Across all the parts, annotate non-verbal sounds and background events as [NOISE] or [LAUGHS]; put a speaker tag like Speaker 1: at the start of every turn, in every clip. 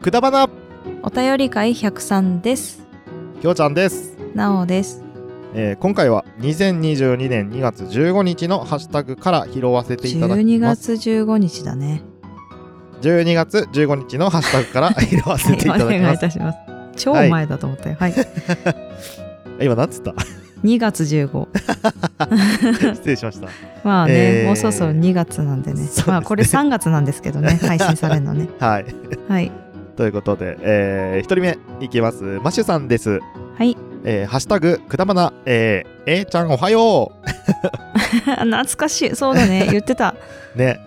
Speaker 1: くだばな
Speaker 2: お便り会103です。
Speaker 1: きょうちゃんです、
Speaker 2: なおです。
Speaker 1: えー今回は2022年2月15日のハッシュタグから拾わせていただき
Speaker 2: 12
Speaker 1: ます
Speaker 2: 月15日だね。
Speaker 1: 12月15日のハッシュタグ
Speaker 2: [LAUGHS]
Speaker 1: から拾わせていただき
Speaker 2: お願い
Speaker 1: ま
Speaker 2: い
Speaker 1: す
Speaker 2: たします。超
Speaker 1: はい
Speaker 2: 前だと思ったよ。はい。
Speaker 1: 今なんつった [LAUGHS]
Speaker 2: 2月15。
Speaker 1: 失礼しました
Speaker 2: まあね、
Speaker 1: えー
Speaker 2: もうそろそろ2月なんで
Speaker 1: そう
Speaker 2: ね。
Speaker 1: ですね
Speaker 2: まあこれ3月なんですけ
Speaker 1: [LAUGHS]
Speaker 2: どね、配信されるのね。
Speaker 1: はい
Speaker 2: はい。 [LAUGHS]
Speaker 1: ということで、え1人目いきますマシュさんです
Speaker 2: はい。
Speaker 1: えーハッシュタグくだばなえー、えーちゃんおはよ
Speaker 2: 懐かしい。そうだ
Speaker 1: [LAUGHS]
Speaker 2: ね。言ってた。
Speaker 1: うね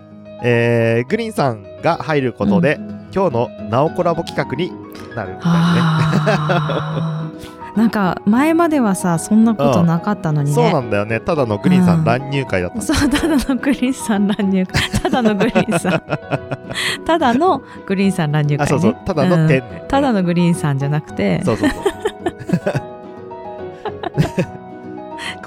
Speaker 1: えーグリーンさんが入ることで、今日のナオコラボ企画になるみた
Speaker 2: あーなんか前まではさ、そんなことなかったの
Speaker 1: いね
Speaker 2: にね。
Speaker 1: そうなんだよねただのグリーンさ
Speaker 2: うんん
Speaker 1: 乱入会だった
Speaker 2: そうただのグリーンさん乱入会ただのグリーンさ
Speaker 1: [LAUGHS]
Speaker 2: んただのグリーンさん乱入会、
Speaker 1: あそ
Speaker 2: ね、
Speaker 1: うそうただの
Speaker 2: う
Speaker 1: 天
Speaker 2: ん
Speaker 1: 然
Speaker 2: ただのグリーンさんじゃなくて
Speaker 1: そうそ
Speaker 2: [LAUGHS]
Speaker 1: うそう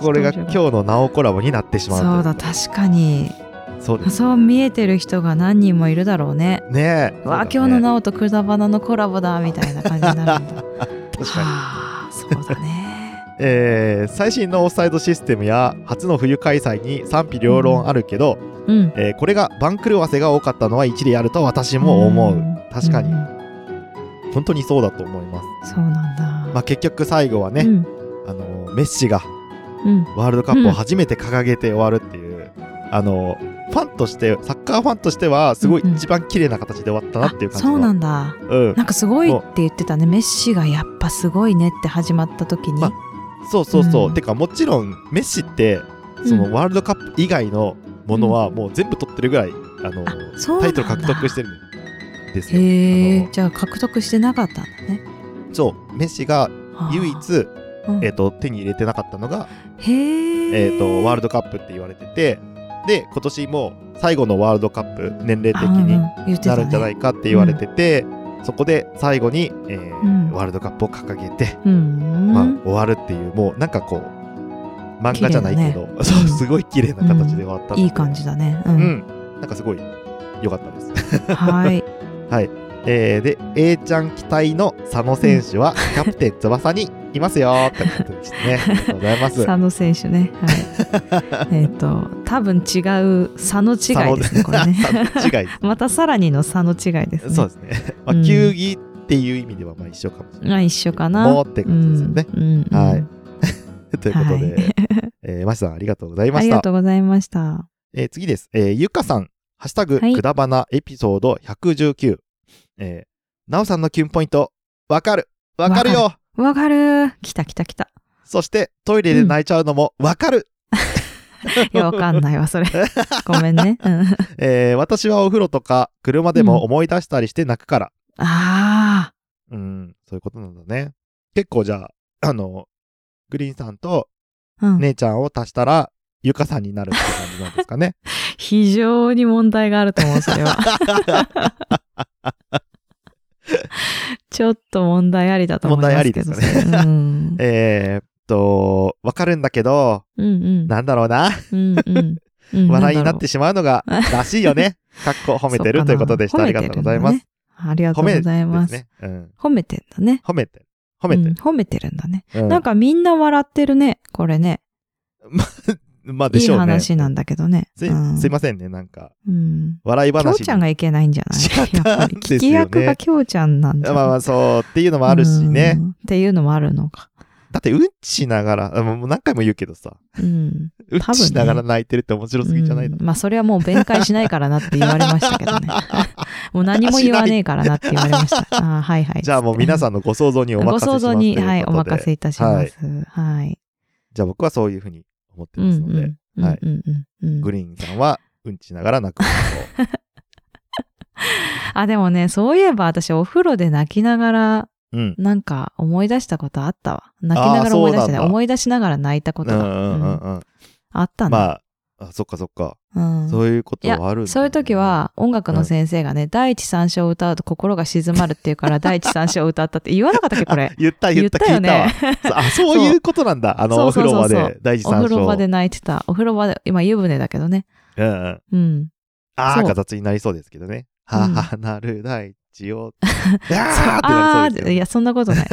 Speaker 1: これが今日のナオコラボになってしまう
Speaker 2: そうだ
Speaker 1: と
Speaker 2: 確かに
Speaker 1: いうそうです
Speaker 2: そう見えてる人が何人もいるだろうね
Speaker 1: ねえ
Speaker 2: うわ、
Speaker 1: そうだね
Speaker 2: 今日の「なおとくだばな」のコラボだみたいな感じになるんだは
Speaker 1: [LAUGHS] 確かに
Speaker 2: あそうだね
Speaker 1: えー最新のオフサイドシステムや初の冬開催に賛否両論あるけど、
Speaker 2: うん
Speaker 1: えーこれが番狂わせが多かったのは一理あると私も思う、
Speaker 2: ん
Speaker 1: 確かに
Speaker 2: うん
Speaker 1: 本当にそうだと思います、
Speaker 2: そうなんだ
Speaker 1: まあ、結局最後はね、
Speaker 2: うん
Speaker 1: あのーメッシが
Speaker 2: うん
Speaker 1: ワールドカップを初めて掲げて終わるっていう、あのーファンとしてサッカーファンとしてはすごい
Speaker 2: うんうん
Speaker 1: 一番綺麗な形で終わったなっていう
Speaker 2: あ
Speaker 1: 感じ
Speaker 2: そ
Speaker 1: の
Speaker 2: うなんだ
Speaker 1: うん
Speaker 2: なんかすごいって言ってたねメッシがやっぱすごいねって始まった時に、
Speaker 1: まあそうそうそう、
Speaker 2: うん
Speaker 1: てかもちろんメッシってその
Speaker 2: うん
Speaker 1: ワールドカップ以外のものはもう全部取ってるぐらい、あのー
Speaker 2: あそう
Speaker 1: タ
Speaker 2: な
Speaker 1: イ
Speaker 2: んだ
Speaker 1: トル獲得してるんですよ。
Speaker 2: へえ
Speaker 1: あ
Speaker 2: じゃあ獲得してなかったんだね
Speaker 1: のそうメッシが唯一、
Speaker 2: うん
Speaker 1: えー、と手に入れてなかったのが、
Speaker 2: へえ
Speaker 1: えー、とワールドカップって言われててで今年も最後のワールドカップ年齢的に
Speaker 2: 言って
Speaker 1: な
Speaker 2: た
Speaker 1: るんじゃないいかって言われてて、そこで最後に、えー
Speaker 2: うん
Speaker 1: ワールドカップを掲げて、
Speaker 2: うん、
Speaker 1: まあ、終わるっていうもうなんかこう漫画じゃないけど、 [LAUGHS] そうすごい綺麗な形で終わったので、
Speaker 2: いい感じだねう、
Speaker 1: うんんなんかすごい良かったです。 [LAUGHS]
Speaker 2: はい
Speaker 1: えー、で A ちゃん期待の佐野選手はキャプテン翼にいますよってことでしたね。ありがとうございます。
Speaker 2: [LAUGHS] 佐野選手ねはい
Speaker 1: [LAUGHS]
Speaker 2: えっと多分違う佐野違いですねこれね
Speaker 1: 佐野違い。
Speaker 2: [LAUGHS] またさらにの佐野違いですね
Speaker 1: そうですね。 [LAUGHS] まあ、
Speaker 2: うん
Speaker 1: 球技っていう意味ではまあ一緒かもしれない。
Speaker 2: あ一緒かな
Speaker 1: もうって感じですよね。
Speaker 2: うんうんうん
Speaker 1: はい [LAUGHS] ということで、
Speaker 2: はい
Speaker 1: えー、ましさんありがとうございま
Speaker 2: あ
Speaker 1: し
Speaker 2: り
Speaker 1: た
Speaker 2: が。とうございました
Speaker 1: えー、次です。えー、ゆかさん、ハッシュタグ、
Speaker 2: はい
Speaker 1: くだばなエピソード119。えー、なおさんのキュンポイント、わかる。わかるよ。
Speaker 2: わかる来た来た来た
Speaker 1: そしてトイレで泣いちゃうのもわかる。
Speaker 2: いやわかんない
Speaker 1: [LAUGHS]
Speaker 2: わそれごめんね、うん、
Speaker 1: えー、私はお風呂とか車でも思い出したりして泣くから。
Speaker 2: ああ
Speaker 1: うん、そういうことなんだね。結構じゃあ、あの、グリーンさんと
Speaker 2: うん、
Speaker 1: 姉ちゃんを足したら、ゆかさんになるって感じなんですか
Speaker 2: [LAUGHS]
Speaker 1: ね。
Speaker 2: 非常に問題があると思う、それは。
Speaker 1: [LAUGHS]
Speaker 2: ちょっと問題ありだと思いますけ
Speaker 1: 問
Speaker 2: ど。
Speaker 1: 題ありです
Speaker 2: それうん、
Speaker 1: えーっと、わかるんだけど、
Speaker 2: うんうん。
Speaker 1: [LAUGHS] なんだろうな。
Speaker 2: うんうん
Speaker 1: [LAUGHS]
Speaker 2: うん。
Speaker 1: 笑いになって
Speaker 2: し
Speaker 1: しまうのが、らしいよ
Speaker 2: [LAUGHS]
Speaker 1: ね。かっこ褒めてるということでした。ありがとうございます。。
Speaker 2: ありがと
Speaker 1: 褒
Speaker 2: う
Speaker 1: め
Speaker 2: ございま
Speaker 1: です
Speaker 2: す。
Speaker 1: ね。うん。
Speaker 2: 褒めてんだね。
Speaker 1: 褒めてる。褒めて
Speaker 2: う
Speaker 1: る。
Speaker 2: ん褒めてるんだね。
Speaker 1: うん
Speaker 2: なんかみんな笑ってるね、これね。
Speaker 1: まあで
Speaker 2: いい
Speaker 1: しょうね。
Speaker 2: 話なんだけどね。
Speaker 1: すい
Speaker 2: うん
Speaker 1: すいませんね、なんか、
Speaker 2: うん。
Speaker 1: 笑い
Speaker 2: きょう
Speaker 1: 話に。
Speaker 2: ちゃんがいけないんじゃない
Speaker 1: しちゃっ
Speaker 2: やったぱ
Speaker 1: ん [LAUGHS]
Speaker 2: り
Speaker 1: ですよね
Speaker 2: 聞き役がきょうちゃんなんじゃ
Speaker 1: まあま
Speaker 2: ない
Speaker 1: あ、そう、っていうのもあるしね
Speaker 2: う。んっていうのもあるのか。
Speaker 1: だって、うんちしながら、あもう何回も言うけどさ、
Speaker 2: うん。
Speaker 1: うん
Speaker 2: 多
Speaker 1: ち
Speaker 2: 分ね
Speaker 1: しながら泣いてるって面白すぎじゃないの
Speaker 2: うんまあそれはもう弁解しないからなって言われましたけどね [LAUGHS] もう何も言わねえからなって言われましたあーはいはい
Speaker 1: じゃあもう皆
Speaker 2: ん
Speaker 1: さんのご想像にお任
Speaker 2: ご
Speaker 1: せしま
Speaker 2: 想
Speaker 1: すと
Speaker 2: 像
Speaker 1: いうことで。
Speaker 2: にはいお任せいたしますはい、
Speaker 1: じゃあ僕はそういうふうに思って
Speaker 2: う
Speaker 1: ます
Speaker 2: ん
Speaker 1: ので、
Speaker 2: うん
Speaker 1: はい
Speaker 2: うんうんうんう
Speaker 1: グ
Speaker 2: ん
Speaker 1: リーンさんはうんちながら泣くことを。
Speaker 2: あでもねそういえば私お風呂で泣きながら
Speaker 1: うん。
Speaker 2: なんか思い出したことあったわ泣きながら思い出した
Speaker 1: あーそうなん
Speaker 2: ね
Speaker 1: だ
Speaker 2: 思い出しながら泣いたこ
Speaker 1: う
Speaker 2: と
Speaker 1: んう
Speaker 2: が、
Speaker 1: んうん
Speaker 2: うん
Speaker 1: うん。
Speaker 2: あったね、
Speaker 1: まあ、あそっかそっか。
Speaker 2: うん
Speaker 1: そういうことはあるんだ。
Speaker 2: そういう時、は音楽の先生がね、第一三章を歌うと心が静まるっていうから第一三章を歌ったって言わなかったっけこれ
Speaker 1: [LAUGHS] 言った言った聞
Speaker 2: 言っ
Speaker 1: い
Speaker 2: た
Speaker 1: た
Speaker 2: よ
Speaker 1: わ
Speaker 2: ね。
Speaker 1: そうあ、そういうことなん
Speaker 2: [LAUGHS]
Speaker 1: だ。あの、
Speaker 2: そ
Speaker 1: お
Speaker 2: うそ
Speaker 1: 風
Speaker 2: うそうそう
Speaker 1: 呂場で第一
Speaker 2: お
Speaker 1: 三
Speaker 2: 風
Speaker 1: 章。
Speaker 2: 呂場で泣いてた。お風呂場で、今湯船だけどね。
Speaker 1: うんうん。 [LAUGHS]
Speaker 2: うん。
Speaker 1: あ
Speaker 2: そ
Speaker 1: ー、
Speaker 2: う
Speaker 1: が雑になりそうですけどね。
Speaker 2: うん
Speaker 1: 母なる第一
Speaker 2: [LAUGHS]
Speaker 1: 応、いやーって
Speaker 2: あ
Speaker 1: な
Speaker 2: あ
Speaker 1: りそうです
Speaker 2: ーい
Speaker 1: よね
Speaker 2: や、そん
Speaker 1: [LAUGHS]
Speaker 2: なことない。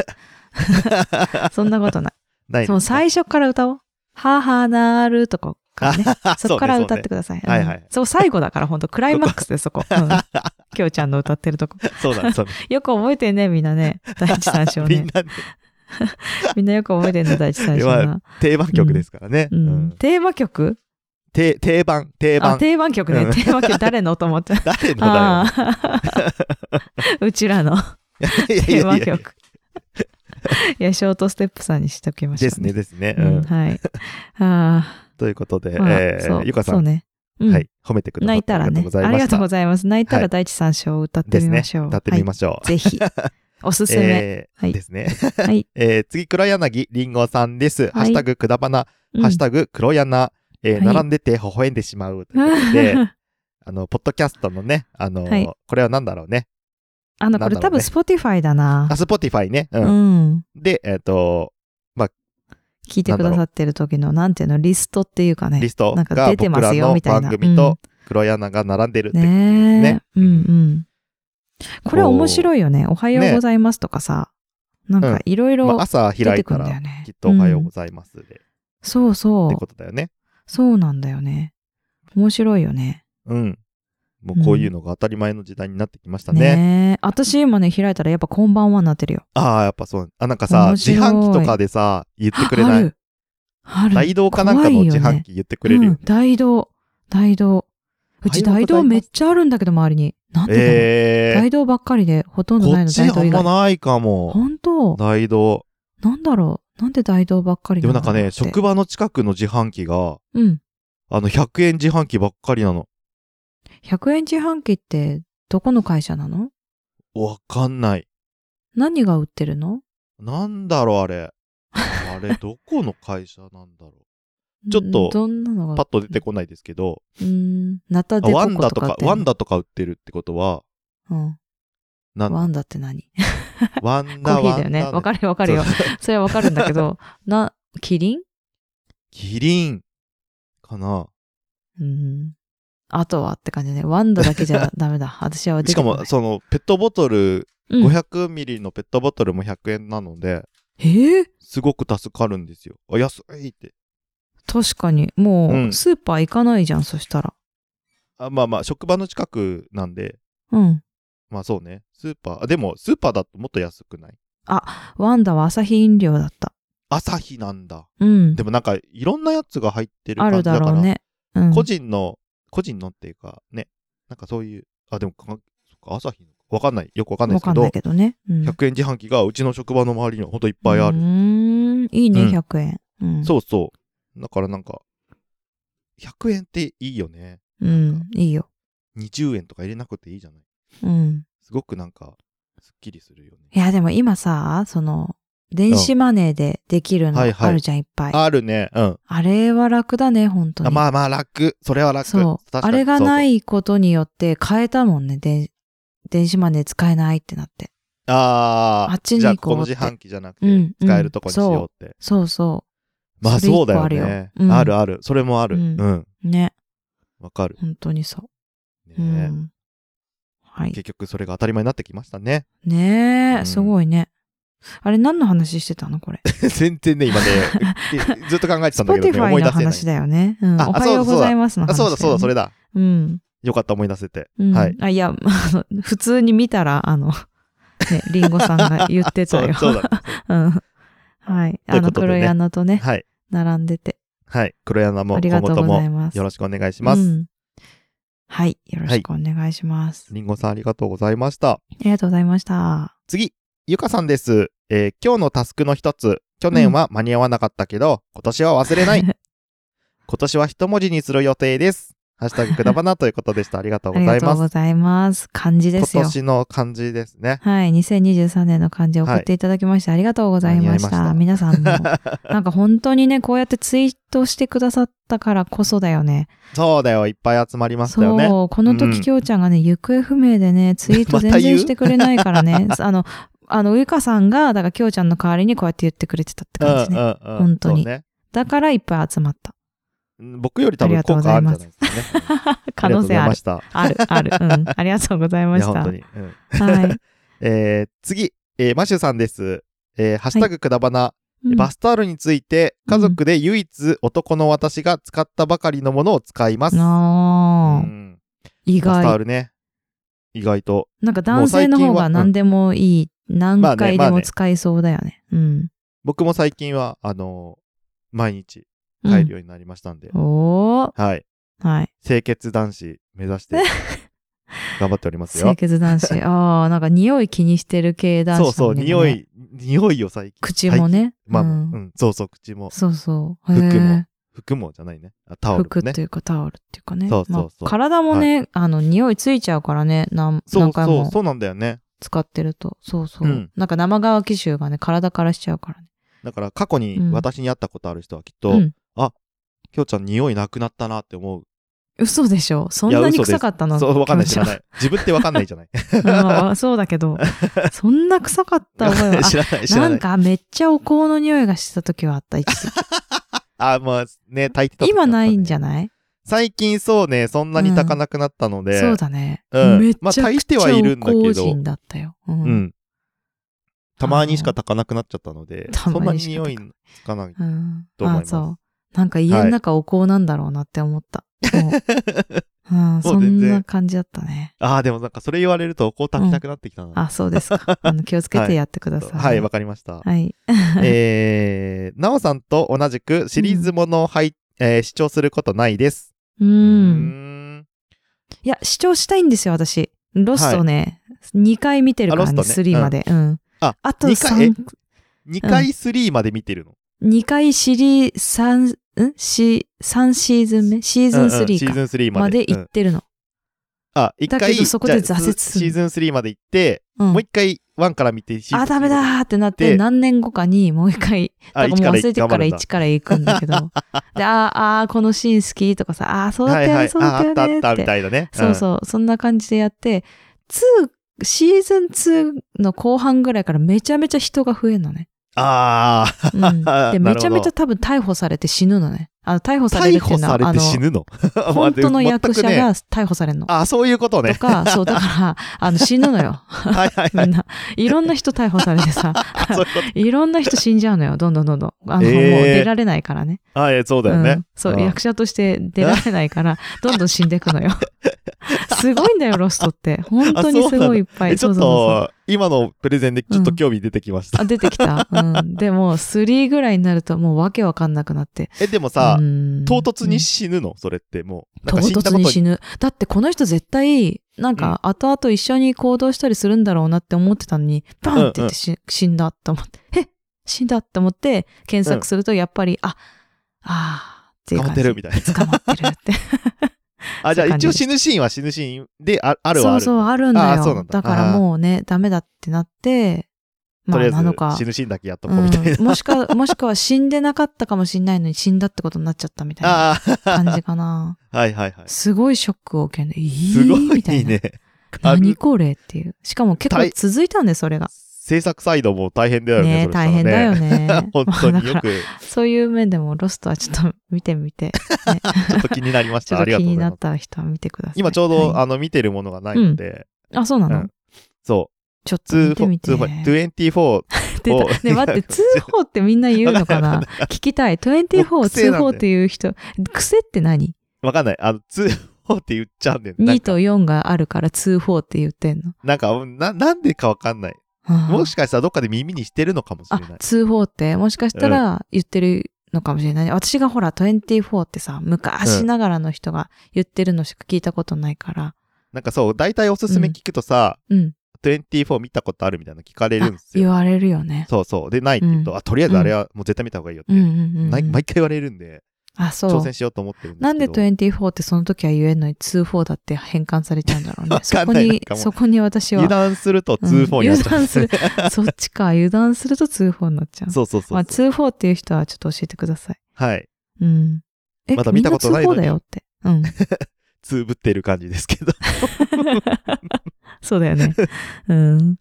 Speaker 2: そんなことない。
Speaker 1: ないんですか
Speaker 2: もう
Speaker 1: [LAUGHS]
Speaker 2: 最初から歌おう。ははなるとかからね。そこから歌ってください。
Speaker 1: そうねはいはい
Speaker 2: うんそう、最後だから本当クライマックスでそこ。うんきょうちゃんの歌ってるとこ。
Speaker 1: そうねそうねそうなんです
Speaker 2: よく覚えてんね、みんなね。第一三章
Speaker 1: よね。 [LAUGHS] み
Speaker 2: ね
Speaker 1: ん。
Speaker 2: [LAUGHS]
Speaker 1: なね
Speaker 2: みんなよく覚えてんね、第一三
Speaker 1: [LAUGHS]
Speaker 2: 章な。
Speaker 1: 定番曲ですからね。
Speaker 2: う
Speaker 1: うんん、
Speaker 2: テーマ曲
Speaker 1: て定番、定
Speaker 2: あ、
Speaker 1: 番。
Speaker 2: 定番曲
Speaker 1: うん
Speaker 2: ね。テーマ曲誰のと
Speaker 1: [LAUGHS]
Speaker 2: 思って。
Speaker 1: 誰の
Speaker 2: あ
Speaker 1: だ
Speaker 2: あ。 [LAUGHS] うちらの
Speaker 1: よ。いやいや
Speaker 2: テーマ
Speaker 1: いやいや
Speaker 2: 曲。いや、ショートステップさんにしときましょう。
Speaker 1: ですね、。ですね。
Speaker 2: う
Speaker 1: うん
Speaker 2: ん、はい。あ
Speaker 1: ということで、
Speaker 2: あ、まあ
Speaker 1: え
Speaker 2: そ
Speaker 1: ー
Speaker 2: う
Speaker 1: ゆかさ、
Speaker 2: そうんね。うん
Speaker 1: はい、褒めてくださ
Speaker 2: 泣
Speaker 1: っ
Speaker 2: い
Speaker 1: て
Speaker 2: た
Speaker 1: あ
Speaker 2: ら
Speaker 1: りがとう
Speaker 2: ね
Speaker 1: ござい。
Speaker 2: あ
Speaker 1: ま
Speaker 2: りが
Speaker 1: し
Speaker 2: とうご
Speaker 1: た。
Speaker 2: ざいます。泣いた
Speaker 1: は
Speaker 2: ら
Speaker 1: い
Speaker 2: 第一三章を歌っ
Speaker 1: で
Speaker 2: て
Speaker 1: す
Speaker 2: み
Speaker 1: ね
Speaker 2: ましょう。。
Speaker 1: 歌ってみま
Speaker 2: し
Speaker 1: しょ
Speaker 2: ょ
Speaker 1: [LAUGHS]
Speaker 2: ぜひ。おす
Speaker 1: う。
Speaker 2: すめ。
Speaker 1: えー
Speaker 2: はい
Speaker 1: ですね。
Speaker 2: はい。
Speaker 1: [LAUGHS] えー次、黒柳りんごさんです。ハッシュタグ、くだばな、
Speaker 2: うん
Speaker 1: ハッシュタグ、黒柳、えー
Speaker 2: はい
Speaker 1: 並んでて微笑んでしまうということで、
Speaker 2: [LAUGHS]
Speaker 1: [LAUGHS] あの、ポッドキャストのね、あの、
Speaker 2: はい
Speaker 1: これは何だろうね。
Speaker 2: あの、これ
Speaker 1: なんだ
Speaker 2: 多
Speaker 1: ろう
Speaker 2: 分
Speaker 1: ね
Speaker 2: Spotify だな
Speaker 1: あ、。スポティファイね。う。
Speaker 2: うんん。
Speaker 1: で、えっ、と、
Speaker 2: 聞いてくださってる時の、なんていうの、リストっていうか
Speaker 1: リ
Speaker 2: ね。
Speaker 1: スト
Speaker 2: なん
Speaker 1: が
Speaker 2: か出て
Speaker 1: 僕
Speaker 2: ま
Speaker 1: ら
Speaker 2: すよ、
Speaker 1: の
Speaker 2: みたい
Speaker 1: 番
Speaker 2: な。
Speaker 1: 組と黒柳が並んでるって
Speaker 2: うん。ねえ。うんうん。これ面白いよね。おはようございますとかさ。なんかいろい
Speaker 1: ま
Speaker 2: ろ
Speaker 1: あ、朝
Speaker 2: 出
Speaker 1: 開
Speaker 2: て
Speaker 1: い
Speaker 2: く
Speaker 1: た
Speaker 2: んだよ
Speaker 1: ら、
Speaker 2: ね。
Speaker 1: きっとおはよう
Speaker 2: うん
Speaker 1: ございますで、っ
Speaker 2: そうそ
Speaker 1: て
Speaker 2: う
Speaker 1: こ。とだよね。
Speaker 2: そうなんだよね。面白いよね。
Speaker 1: うん。もうこういうのが当たり前の時代になってきましたね。
Speaker 2: ねえ。私今ね、開いたらやっぱこんばんはになってるよ。
Speaker 1: ああ、やっぱそう。あ、なんかさ、
Speaker 2: 面
Speaker 1: 自
Speaker 2: 白い
Speaker 1: 販機とかでさ、言ってくれ
Speaker 2: あ
Speaker 1: ない。
Speaker 2: る。ある。
Speaker 1: 大道かなんかの
Speaker 2: 怖いよ
Speaker 1: 自
Speaker 2: ね
Speaker 1: 販機言ってくれるよ
Speaker 2: うん。大道。大道。うち
Speaker 1: おはようございます
Speaker 2: 大道めっちゃあるんだけど、周りに。なんでだろう、
Speaker 1: え
Speaker 2: 大道ばっかりで、ほと
Speaker 1: ー、
Speaker 2: んど
Speaker 1: こ
Speaker 2: ない
Speaker 1: っ
Speaker 2: の、
Speaker 1: ち
Speaker 2: 大
Speaker 1: あ
Speaker 2: 道
Speaker 1: ん
Speaker 2: 以
Speaker 1: ま
Speaker 2: 外。
Speaker 1: ないかも。
Speaker 2: 本当
Speaker 1: 大道。
Speaker 2: なんだろうなんで大道ばっかり
Speaker 1: でもなんかね、
Speaker 2: 食
Speaker 1: 職場の近くの自販機が、
Speaker 2: うん。
Speaker 1: あの、100円自販機ばっかりなの。
Speaker 2: 100円自販機って、どこの会社なの
Speaker 1: わかんない。
Speaker 2: 何が売ってるの
Speaker 1: なんだろう、あれ。あ
Speaker 2: [LAUGHS]
Speaker 1: れ、どこの会社なんだろう。ちょっ
Speaker 2: うん
Speaker 1: と、
Speaker 2: どんなの
Speaker 1: パ
Speaker 2: が
Speaker 1: ッ、と出てこないですけど、
Speaker 2: うーん、ナタ
Speaker 1: あ
Speaker 2: デココ
Speaker 1: ワンダと
Speaker 2: とか
Speaker 1: か
Speaker 2: っ、て
Speaker 1: ワンダとか売ってるってことは、
Speaker 2: うん。
Speaker 1: なんだ
Speaker 2: ワンダって何
Speaker 1: ワン
Speaker 2: コー
Speaker 1: ダ
Speaker 2: ヒー
Speaker 1: ワ
Speaker 2: だよ
Speaker 1: ン
Speaker 2: ね。
Speaker 1: ダ。
Speaker 2: わかるよ、わかるよ
Speaker 1: そ。
Speaker 2: それはわかるんだけ
Speaker 1: [LAUGHS]
Speaker 2: ど、な、キリン
Speaker 1: キリンかな。
Speaker 2: うん。あとはって感じね。ワンダだけじゃダメ
Speaker 1: [LAUGHS]
Speaker 2: だ。私は出
Speaker 1: してか
Speaker 2: こない
Speaker 1: も、その、ペットボトル、
Speaker 2: うん、
Speaker 1: 500ミリのペットボトルも100円なので、
Speaker 2: えー
Speaker 1: すごく助かるんですよ。あ、安いって。
Speaker 2: 確かに。も
Speaker 1: うん
Speaker 2: う、スーパー行かないじゃん、そしたら。
Speaker 1: あまあまあ、職場の近くなんで、
Speaker 2: うん。
Speaker 1: まあそうね。スーパー、あでも、スーパーだともっと安くない
Speaker 2: ワンダは朝日飲料だった。
Speaker 1: 朝日なんだ。
Speaker 2: うん
Speaker 1: で。もなんか、いろんなやつが入ってる
Speaker 2: あ
Speaker 1: 感
Speaker 2: る
Speaker 1: じだ
Speaker 2: だ
Speaker 1: から、
Speaker 2: ろうね。うん。
Speaker 1: 個人の、個人のっていうか、ね。なんかそういう、あ、でも、かそっか朝日のわかんない。よくわかんないで
Speaker 2: わ
Speaker 1: すけ
Speaker 2: かん
Speaker 1: ど、
Speaker 2: ないけどね。うん。いっ
Speaker 1: 100円自販機がうちの職場の周りにはほんといっぱいある。
Speaker 2: ん。いいね、
Speaker 1: うん
Speaker 2: 100円。うん。
Speaker 1: そうそう。だからなんか、100円っていいよね。
Speaker 2: う。ん。いいよ。
Speaker 1: 20円とか入れなくていいじゃない。
Speaker 2: うん。
Speaker 1: すごくなんか、すっきりするよね。
Speaker 2: いや、でも今さ、その、電子マネーでできるの
Speaker 1: はいはい
Speaker 2: あるじゃん、いっぱい。
Speaker 1: あるね。うん。
Speaker 2: あれは楽だね、本当
Speaker 1: あ
Speaker 2: に。
Speaker 1: まあまあ楽。それは楽。
Speaker 2: そう。
Speaker 1: 確か
Speaker 2: あ
Speaker 1: に
Speaker 2: れがな
Speaker 1: そう
Speaker 2: いことによって変えたもんね。で電子マネー使えないってなって。
Speaker 1: そうああ。
Speaker 2: あっちに
Speaker 1: じゃあ
Speaker 2: 行こう
Speaker 1: この
Speaker 2: って
Speaker 1: 自販機じゃなく
Speaker 2: う
Speaker 1: て
Speaker 2: ん、
Speaker 1: 使えるとこにしようって。
Speaker 2: そうそ
Speaker 1: まあ
Speaker 2: それ
Speaker 1: そ
Speaker 2: 一
Speaker 1: うだよ
Speaker 2: 個あるよ
Speaker 1: ね。
Speaker 2: うん
Speaker 1: あるある。それもある。う。
Speaker 2: うんん
Speaker 1: わ、
Speaker 2: う。ね。
Speaker 1: かる。
Speaker 2: 本当にそ
Speaker 1: ね
Speaker 2: う。うん。はい。
Speaker 1: 結局それが当たり前になってきましたね。 [LAUGHS] う
Speaker 2: ねえ、
Speaker 1: ん
Speaker 2: すごいね。あれ何の話してたのこれ。
Speaker 1: 全然ね、今ね、
Speaker 2: [LAUGHS]
Speaker 1: ずっと考えてたんだけどね、思
Speaker 2: Spotify
Speaker 1: い出
Speaker 2: の
Speaker 1: せない
Speaker 2: 話。だよね。うん。お
Speaker 1: あ
Speaker 2: はようございますの
Speaker 1: あ、
Speaker 2: 話。
Speaker 1: そうだそうだ、それ
Speaker 2: だ
Speaker 1: だ。
Speaker 2: よね。うん。
Speaker 1: よかった、思い出せて。
Speaker 2: うん
Speaker 1: はい。
Speaker 2: あ、いや、 [LAUGHS] あの普通に見たら、あの、ね、リンゴさんが言ってた
Speaker 1: [LAUGHS]
Speaker 2: よ。
Speaker 1: そうそうだ。
Speaker 2: うん。はい。
Speaker 1: とい
Speaker 2: あ
Speaker 1: うこ
Speaker 2: の、
Speaker 1: とでね
Speaker 2: 黒い穴と [LAUGHS] ね、
Speaker 1: はい。
Speaker 2: 並んでて。
Speaker 1: はい。黒柳も
Speaker 2: あり
Speaker 1: 今
Speaker 2: がと
Speaker 1: 後
Speaker 2: う
Speaker 1: と
Speaker 2: ござい
Speaker 1: も
Speaker 2: ます。
Speaker 1: よろしくお願いします。
Speaker 2: うんはい。よろしくお願いします。
Speaker 1: りんごさんありがとうございました。
Speaker 2: ありがとうございました。
Speaker 1: 次、ゆかさんです。えー今日のタスクの一つ。去年は間に合わなかったけど、今年は忘れ
Speaker 2: [LAUGHS]
Speaker 1: ない。今年は一文字にする予定です。ハッシュタグくだばなということでした。ありがとうご
Speaker 2: あり
Speaker 1: ざ
Speaker 2: が
Speaker 1: い
Speaker 2: と
Speaker 1: ま
Speaker 2: う
Speaker 1: す
Speaker 2: ご。ざいます。漢字で
Speaker 1: 今
Speaker 2: すよ。
Speaker 1: 年の漢字ですね。
Speaker 2: はい。2023年の漢字を送っていただきまして、ありがとうございまし
Speaker 1: 間
Speaker 2: た。
Speaker 1: に
Speaker 2: 皆さんも。
Speaker 1: [LAUGHS]
Speaker 2: なんか本当にね、こうやってツイートしてくださったからこそだよね。
Speaker 1: そうだよ。いっぱい集まりましたよね。
Speaker 2: そう。この
Speaker 1: うん
Speaker 2: 時、きょうちゃんがね、行方不明でね、ツイート
Speaker 1: [LAUGHS] また
Speaker 2: 全
Speaker 1: 言う
Speaker 2: 然してくれないか
Speaker 1: [LAUGHS]
Speaker 2: らね。あの、あの、ういかさんが、だからきょうちゃんの代わりにこうやって言ってくれてたって
Speaker 1: うんうん
Speaker 2: 感じね。
Speaker 1: うん。
Speaker 2: 本当に
Speaker 1: そうね。
Speaker 2: だからいっぱい集まった。
Speaker 1: 僕より多分効果あるんじゃないですかね。あ
Speaker 2: [LAUGHS] 可
Speaker 1: りがとうご
Speaker 2: 能性
Speaker 1: ざい
Speaker 2: あ
Speaker 1: ま
Speaker 2: る。
Speaker 1: した。
Speaker 2: ある、ある。うん。ありがとうござい
Speaker 1: い
Speaker 2: ま
Speaker 1: や、
Speaker 2: し
Speaker 1: 本
Speaker 2: た。
Speaker 1: 当
Speaker 2: はい。
Speaker 1: に。うん [LAUGHS] えー次、えーマシュさんです。えーハッシュタグくだばな、
Speaker 2: うん
Speaker 1: バスタオルについて、家族で唯一男の私が使ったばかりのものを使います。
Speaker 2: な
Speaker 1: う
Speaker 2: あ
Speaker 1: ん
Speaker 2: 意
Speaker 1: バスタオ
Speaker 2: 外。
Speaker 1: ルね。意外と。
Speaker 2: なんか男性の方が何でもいい。何
Speaker 1: まあね
Speaker 2: 回
Speaker 1: まあ
Speaker 2: で
Speaker 1: ね
Speaker 2: も使えそうだよね。うん。
Speaker 1: 僕も最近は、あのー毎日
Speaker 2: うん
Speaker 1: 帰るようになりましたんで、
Speaker 2: おー。
Speaker 1: はい。
Speaker 2: はい。
Speaker 1: 清潔男子目指して
Speaker 2: [LAUGHS]
Speaker 1: 頑張っておりますよ
Speaker 2: 清。
Speaker 1: [LAUGHS]
Speaker 2: 潔男子。ああ、なんか匂い気にしてる系男子、
Speaker 1: そうそう、匂。い、匂いを最近。
Speaker 2: 口もね。
Speaker 1: まあ、う
Speaker 2: うんん、
Speaker 1: そうそう、口も、
Speaker 2: そうそう。
Speaker 1: 服も
Speaker 2: へー
Speaker 1: 服もじゃないね。あタオルも
Speaker 2: 服
Speaker 1: ね
Speaker 2: っ。ていうかタオルっていうかね。
Speaker 1: そうそうそう
Speaker 2: まあ体もね、あの、匂いついちゃうからね、何
Speaker 1: そう
Speaker 2: 何回
Speaker 1: そう、
Speaker 2: も
Speaker 1: そうなんだよね。
Speaker 2: 使ってると。そうそう。
Speaker 1: うん
Speaker 2: なんか生乾き臭がね、体からしちゃうからね。
Speaker 1: だから過去に
Speaker 2: うん
Speaker 1: 私に会ったことある人はきっと、
Speaker 2: うん。
Speaker 1: きょうちゃん匂いなくなったなって思う。
Speaker 2: 嘘でしょそん
Speaker 1: いや
Speaker 2: なに
Speaker 1: 嘘です
Speaker 2: 臭かったの。
Speaker 1: そう、わかんない、知らないい。自分ってわかんないじ
Speaker 2: [LAUGHS]
Speaker 1: ゃない。
Speaker 2: 気持ちはうんまあそうだけど、そんな臭かった覚えは。あ
Speaker 1: [LAUGHS] 知らない、知ら
Speaker 2: な
Speaker 1: なんい。
Speaker 2: かめっちゃお香の匂いがした時は
Speaker 1: [LAUGHS]
Speaker 2: あった。一時期
Speaker 1: あ、まあね、炊いてた時だっ
Speaker 2: 今
Speaker 1: たね、
Speaker 2: ないんじゃない
Speaker 1: 最近そうね、そんなに炊かなくなったので、
Speaker 2: そうだね。
Speaker 1: うん
Speaker 2: めっちゃ
Speaker 1: まあ
Speaker 2: くちゃ
Speaker 1: 大してはいるんだけど
Speaker 2: お香人だったよ。うん
Speaker 1: うん。たまにしか炊かなくなっちゃったので、
Speaker 2: あ
Speaker 1: そ
Speaker 2: ー
Speaker 1: んなに
Speaker 2: たまにしか
Speaker 1: 匂い
Speaker 2: 炊
Speaker 1: つかない。
Speaker 2: うん。
Speaker 1: と思います
Speaker 2: あそう。なんか家の中お香なんだろうなって思った。もううん、
Speaker 1: そう
Speaker 2: そ
Speaker 1: 全
Speaker 2: ん
Speaker 1: 然
Speaker 2: な感じだったね。
Speaker 1: [LAUGHS] ああ、でもなんかそれ言われると、こう炊きたくなってきたな。
Speaker 2: あ、そう
Speaker 1: [LAUGHS]
Speaker 2: ですか。あの、気をつけてやってください。
Speaker 1: はい、わかりました。
Speaker 2: はい。
Speaker 1: えー、なおさんと同じくシリーズものを、はいえー視聴することないです。
Speaker 2: う。
Speaker 1: うんん。
Speaker 2: いや、視聴したいんですよ、私。ロストね、2回見てるから
Speaker 1: あ
Speaker 2: ね、
Speaker 1: ロストね
Speaker 2: 3まで。うん。
Speaker 1: あ、
Speaker 2: あと
Speaker 1: 2回、え
Speaker 2: 3、
Speaker 1: 2回3まで見てるの。
Speaker 2: 2回シリー、3、んし、3シーズン目シーズン
Speaker 1: うんうんシ
Speaker 2: 3
Speaker 1: ーズ
Speaker 2: か。
Speaker 1: ン3ま
Speaker 2: ま
Speaker 1: で。
Speaker 2: で行
Speaker 1: う
Speaker 2: っ
Speaker 1: ん
Speaker 2: てるの。
Speaker 1: あ、一
Speaker 2: だ
Speaker 1: 回、
Speaker 2: けどそこで
Speaker 1: じゃあ
Speaker 2: 挫折する
Speaker 1: シーズン3まで行って、
Speaker 2: うん
Speaker 1: もう一回1から見て、シーズン
Speaker 2: あ、ダメ
Speaker 1: 3
Speaker 2: だーってなっ
Speaker 1: で
Speaker 2: て、何年後かにもう一回、
Speaker 1: あ
Speaker 2: だからもう忘れて
Speaker 1: 一
Speaker 2: る
Speaker 1: か
Speaker 2: からら
Speaker 1: 一頑張るんだ
Speaker 2: 1から行くんだ
Speaker 1: [LAUGHS]
Speaker 2: けど。で、あーあー、このシーン好きとかさ、ああー、そうだっ
Speaker 1: は
Speaker 2: た
Speaker 1: いは
Speaker 2: よね、
Speaker 1: い。
Speaker 2: そうだ
Speaker 1: あ、
Speaker 2: っ
Speaker 1: あったたあ
Speaker 2: よね
Speaker 1: っ
Speaker 2: った
Speaker 1: み
Speaker 2: て。
Speaker 1: たいだね。
Speaker 2: そうそう、そんな感じでやって、2、シーズン2の後半ぐらいからめちゃめちゃ人が増えるのね。
Speaker 1: うん。ああ、 [LAUGHS]
Speaker 2: うんで、
Speaker 1: なるほど
Speaker 2: めちゃめちゃ多分逮捕されて死ぬのね。あの、逮捕される
Speaker 1: 逮
Speaker 2: って
Speaker 1: 捕
Speaker 2: いうの
Speaker 1: さ
Speaker 2: は、
Speaker 1: れ
Speaker 2: あ
Speaker 1: て死
Speaker 2: の、
Speaker 1: ぬの。 [LAUGHS]
Speaker 2: 本当の役
Speaker 1: 全
Speaker 2: 者
Speaker 1: くね
Speaker 2: が逮捕されるの。
Speaker 1: あ、そういうこと
Speaker 2: と
Speaker 1: ね。
Speaker 2: か、そう、だ
Speaker 1: [LAUGHS]
Speaker 2: から、あの、死ぬのよ。
Speaker 1: はいはいは
Speaker 2: み
Speaker 1: い。
Speaker 2: んな。いろんな人逮捕されてさ。
Speaker 1: あ [LAUGHS] そういうこ
Speaker 2: いろんな人死んじゃうのよ、どんどんどんどん。あの、
Speaker 1: えー
Speaker 2: もう出られないからね。
Speaker 1: と。はい、そうだよ
Speaker 2: う
Speaker 1: ね
Speaker 2: ん。そう、
Speaker 1: うん
Speaker 2: 役者として出られな
Speaker 1: [LAUGHS]
Speaker 2: いから、どんどん死んでいくのよ。すごいんだよ、ロストって。本当にすごいいっぱ
Speaker 1: え
Speaker 2: い。
Speaker 1: ちょっ
Speaker 2: そうそうそう
Speaker 1: と、今のプレゼンでちょっと興味出てきました
Speaker 2: あ。出てきた。うん。でも、3ぐらいになるともうわけわかんなくなって。
Speaker 1: え、でもさ
Speaker 2: う、ん
Speaker 1: 唐突に死ぬのそれってもう。なんか
Speaker 2: 唐
Speaker 1: 死んだ
Speaker 2: 突
Speaker 1: こ
Speaker 2: に
Speaker 1: と
Speaker 2: 死ぬ。だってこの人絶対、なんか後々一緒に行動したりするんだろうなって思ってたのに、バンって言ってし死んだって思って、え死んだって思って検索するとやっぱり、あ、あーってい
Speaker 1: に
Speaker 2: う
Speaker 1: 捕ま
Speaker 2: 感
Speaker 1: って
Speaker 2: じ。
Speaker 1: るみたいな。
Speaker 2: 捕まってるって。
Speaker 1: あ、じゃあ
Speaker 2: そういう感
Speaker 1: 一
Speaker 2: じ
Speaker 1: 応
Speaker 2: で
Speaker 1: 死ぬシーンは死ぬシーンで、 [LAUGHS] ああるは
Speaker 2: そ
Speaker 1: あ
Speaker 2: う
Speaker 1: る。
Speaker 2: そう、あるんだ
Speaker 1: あーそうな
Speaker 2: よ。
Speaker 1: んだ
Speaker 2: だからもうね、ダメだってなって、ま
Speaker 1: と
Speaker 2: あ、
Speaker 1: りあえず
Speaker 2: なのか
Speaker 1: 死。ぬシーンだけやっと
Speaker 2: う
Speaker 1: こうみたいな。
Speaker 2: ん、もしか、もしくは死んでなかったかもしんないのに死んだってことになっちゃったみたいな
Speaker 1: [LAUGHS] あ
Speaker 2: 感じかな。
Speaker 1: [LAUGHS] あ、はいはいはい。
Speaker 2: すごいショックを受けるね。えー
Speaker 1: すご
Speaker 2: みた
Speaker 1: い
Speaker 2: いな
Speaker 1: ね。あ
Speaker 2: 何これっていう。しかも結構
Speaker 1: 大
Speaker 2: 続いたんで、それが。
Speaker 1: 制作サイドも大変だよね。
Speaker 2: ね
Speaker 1: それしたら。
Speaker 2: 大変だよ。ね
Speaker 1: [LAUGHS]
Speaker 2: [LAUGHS]
Speaker 1: 本当によ
Speaker 2: まあだか
Speaker 1: く、
Speaker 2: らそういう面でも、ロストはちょっと見て
Speaker 1: [LAUGHS]
Speaker 2: みて、ね
Speaker 1: ちょっと気になりまし
Speaker 2: ちょ
Speaker 1: た。
Speaker 2: [LAUGHS] っ
Speaker 1: あ
Speaker 2: と
Speaker 1: りが
Speaker 2: 気
Speaker 1: とう
Speaker 2: に
Speaker 1: ござい
Speaker 2: な
Speaker 1: ま
Speaker 2: っ
Speaker 1: す。
Speaker 2: た人は見てください。
Speaker 1: 今ちょうど、
Speaker 2: はい
Speaker 1: あの、見てるものがないので、
Speaker 2: あ、そうなの、
Speaker 1: うんそ
Speaker 2: ちょっ
Speaker 1: う、
Speaker 2: と見てみて。
Speaker 1: 2 24、
Speaker 2: 出た
Speaker 1: お
Speaker 2: ね、待
Speaker 1: [LAUGHS]
Speaker 2: って、通報ってみんな言うのかな聞きたい。
Speaker 1: もう
Speaker 2: 24、
Speaker 1: 癖
Speaker 2: 通
Speaker 1: なんだよ
Speaker 2: 報っていう人。癖って何
Speaker 1: わかんない。あの、通報って言っちゃうんだよね。なん
Speaker 2: ?2
Speaker 1: か
Speaker 2: と4があるから通報って言ってんの。
Speaker 1: なんか、うんな、なんでかわかんない。
Speaker 2: はあ
Speaker 1: もしかしたらどっかで耳にしてるのかもしれ
Speaker 2: あ
Speaker 1: ない、。
Speaker 2: 通報って、もしかしたら言ってるのかもしれない。私がほら、24ってさ、昔ながらの人が言ってるのしか聞いたことないから。
Speaker 1: なんかそう、大体おすすめ聞くとさ、
Speaker 2: うん。
Speaker 1: 24見たことあるみたいなの聞かれるん
Speaker 2: あ
Speaker 1: です
Speaker 2: 言
Speaker 1: よ。
Speaker 2: われるよね。
Speaker 1: そうそう。で、ないって言うと、
Speaker 2: うん
Speaker 1: あ、とりあえずあれはもう絶対見た方がいいよって、
Speaker 2: うんうんうん、
Speaker 1: な
Speaker 2: う
Speaker 1: い
Speaker 2: ん。
Speaker 1: 毎回言われるんで、
Speaker 2: あ、そ
Speaker 1: 挑
Speaker 2: う
Speaker 1: 戦。しようと思ってるんですけど。
Speaker 2: なんで24ってその時は言えんのに通報だって変換されちゃうんだろ
Speaker 1: [LAUGHS]
Speaker 2: うね。そ
Speaker 1: かん
Speaker 2: こ
Speaker 1: ない
Speaker 2: に
Speaker 1: なんか、もう
Speaker 2: そこに私は
Speaker 1: 油。断すると
Speaker 2: うん
Speaker 1: 24になっちゃう、 [LAUGHS]
Speaker 2: 油断する。そっちか。油断すると通報になっちゃう。
Speaker 1: そうそうそうそう。
Speaker 2: まあ、通報っていう人はちょっと教えてください。
Speaker 1: はい。
Speaker 2: うん。え、
Speaker 1: まだ見たことないの
Speaker 2: み
Speaker 1: に
Speaker 2: ん通報だよって。うん。
Speaker 1: つぶってる感じですけ
Speaker 2: [LAUGHS]
Speaker 1: ど。
Speaker 2: そうだ
Speaker 1: [LAUGHS]
Speaker 2: よね。うん。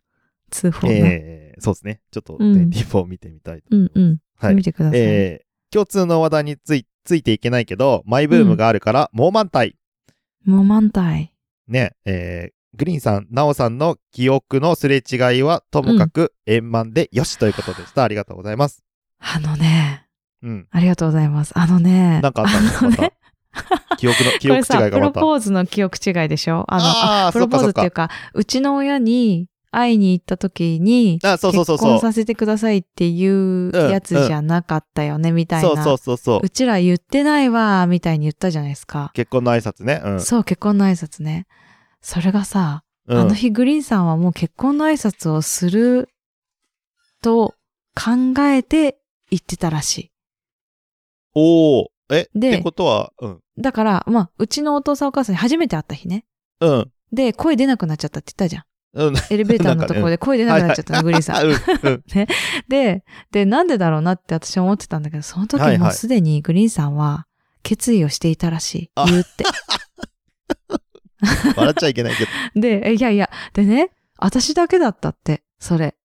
Speaker 2: 通報な。
Speaker 1: えー、そうですね。ちょっと
Speaker 2: うん
Speaker 1: 24を見てみたいと思
Speaker 2: う
Speaker 1: い
Speaker 2: ん
Speaker 1: ます。
Speaker 2: うん。
Speaker 1: はい
Speaker 2: 見てください。
Speaker 1: えー、共通の話題についついていけないけど、マイブームがあるから、猛満体。
Speaker 2: もう満体。
Speaker 1: ね、えー、グリーンさん、ナオさんの記憶のすれ違いはともかく円満でよしということでした。ありがとうございます。
Speaker 2: あのね、
Speaker 1: うん。
Speaker 2: ありがとうございます。あのね、
Speaker 1: なんかあったんですか、
Speaker 2: あの
Speaker 1: ま
Speaker 2: [LAUGHS] ね
Speaker 1: た。記憶の、記憶
Speaker 2: こ
Speaker 1: 違
Speaker 2: れさ、
Speaker 1: い
Speaker 2: プ
Speaker 1: が
Speaker 2: ロ
Speaker 1: また。
Speaker 2: ポーズの記憶違いでしょあの、
Speaker 1: あー
Speaker 2: あプロポーズ
Speaker 1: そ
Speaker 2: っ
Speaker 1: っか
Speaker 2: て
Speaker 1: そ
Speaker 2: い
Speaker 1: っ
Speaker 2: うか、うちの親に会いに行った時に、
Speaker 1: あ、そうそうそう
Speaker 2: 結
Speaker 1: そう。
Speaker 2: 婚させてくださいっていうやつじゃなかったよね、みたいな。
Speaker 1: そうそうそうそう。
Speaker 2: うちら言ってないわ、みたいに言ったじゃないですか。
Speaker 1: 結婚の挨拶ね。うん。
Speaker 2: そう、結婚の挨拶ね。それがさ、
Speaker 1: うん、
Speaker 2: あの日グリーンさんはもう結婚の挨拶をすると考えて言ってたらし
Speaker 1: おお。えっ
Speaker 2: で
Speaker 1: てことは、うん。
Speaker 2: い。だから、まあ、うちのお父さんお母さんに初めて会った日ね。
Speaker 1: うん。
Speaker 2: で、声出なくなっちゃったって言ったじゃん。
Speaker 1: うん。
Speaker 2: エレベーターのところで声出なくなっちゃったの、グリーン
Speaker 1: [LAUGHS]
Speaker 2: さん。
Speaker 1: うん。うん。
Speaker 2: で、で、なんでだろうなって私は思ってたんだけど、その時
Speaker 1: はい
Speaker 2: も
Speaker 1: は
Speaker 2: う
Speaker 1: い
Speaker 2: すでにグリーンさんは決意をしていたらしい。
Speaker 1: あ
Speaker 2: 言うって。
Speaker 1: 笑っちゃいけないけど。
Speaker 2: で、えいやいや、でね、私だけだったって、それ。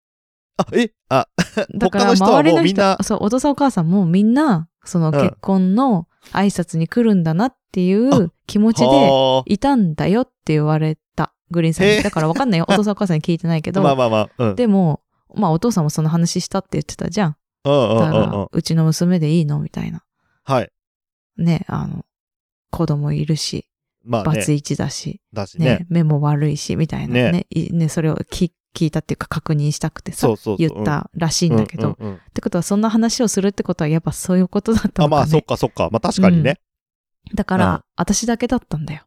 Speaker 1: あ、えあ、
Speaker 2: だから
Speaker 1: 他の人は
Speaker 2: 周り
Speaker 1: もう
Speaker 2: の
Speaker 1: みん
Speaker 2: 人
Speaker 1: な、
Speaker 2: そう、お父さんお母さんもみんな、その
Speaker 1: ん
Speaker 2: 結婚の挨拶に来るんだなってい
Speaker 1: あ
Speaker 2: う気持ちで
Speaker 1: はい
Speaker 2: たんだよって言われた、グリーンさん
Speaker 1: へ
Speaker 2: に。
Speaker 1: え
Speaker 2: だからわ
Speaker 1: [LAUGHS]
Speaker 2: かんないよ。お父さんお母さんに聞いてないけ
Speaker 1: あ。まあ
Speaker 2: ど、
Speaker 1: まあまあ。うん。
Speaker 2: でも、まあお父さんもその話したって言ってたじゃん。
Speaker 1: うんう
Speaker 2: だ
Speaker 1: んう
Speaker 2: か
Speaker 1: んうん
Speaker 2: ら、。うちの娘でいいのみたいな。
Speaker 1: はい。
Speaker 2: ね、あの、子供いるし、
Speaker 1: まあ
Speaker 2: バ
Speaker 1: ね
Speaker 2: ツ。イチだし、
Speaker 1: だし
Speaker 2: ね
Speaker 1: ね。
Speaker 2: 目も悪いし、みたいなね。
Speaker 1: ね
Speaker 2: ね、いねそれを聞聞いたっていうか確認したくてさ
Speaker 1: そ、うそうそう。
Speaker 2: 言ったらしい
Speaker 1: うん
Speaker 2: んだけど、
Speaker 1: うんうんうん
Speaker 2: ってことはそんな話をするってことはやっぱそういうことだった
Speaker 1: あ、
Speaker 2: のか、ね、
Speaker 1: まあそっかそっか。まあ確かにね。
Speaker 2: だか
Speaker 1: う
Speaker 2: ら、
Speaker 1: ん
Speaker 2: 私だけだった
Speaker 1: [LAUGHS]
Speaker 2: んだよ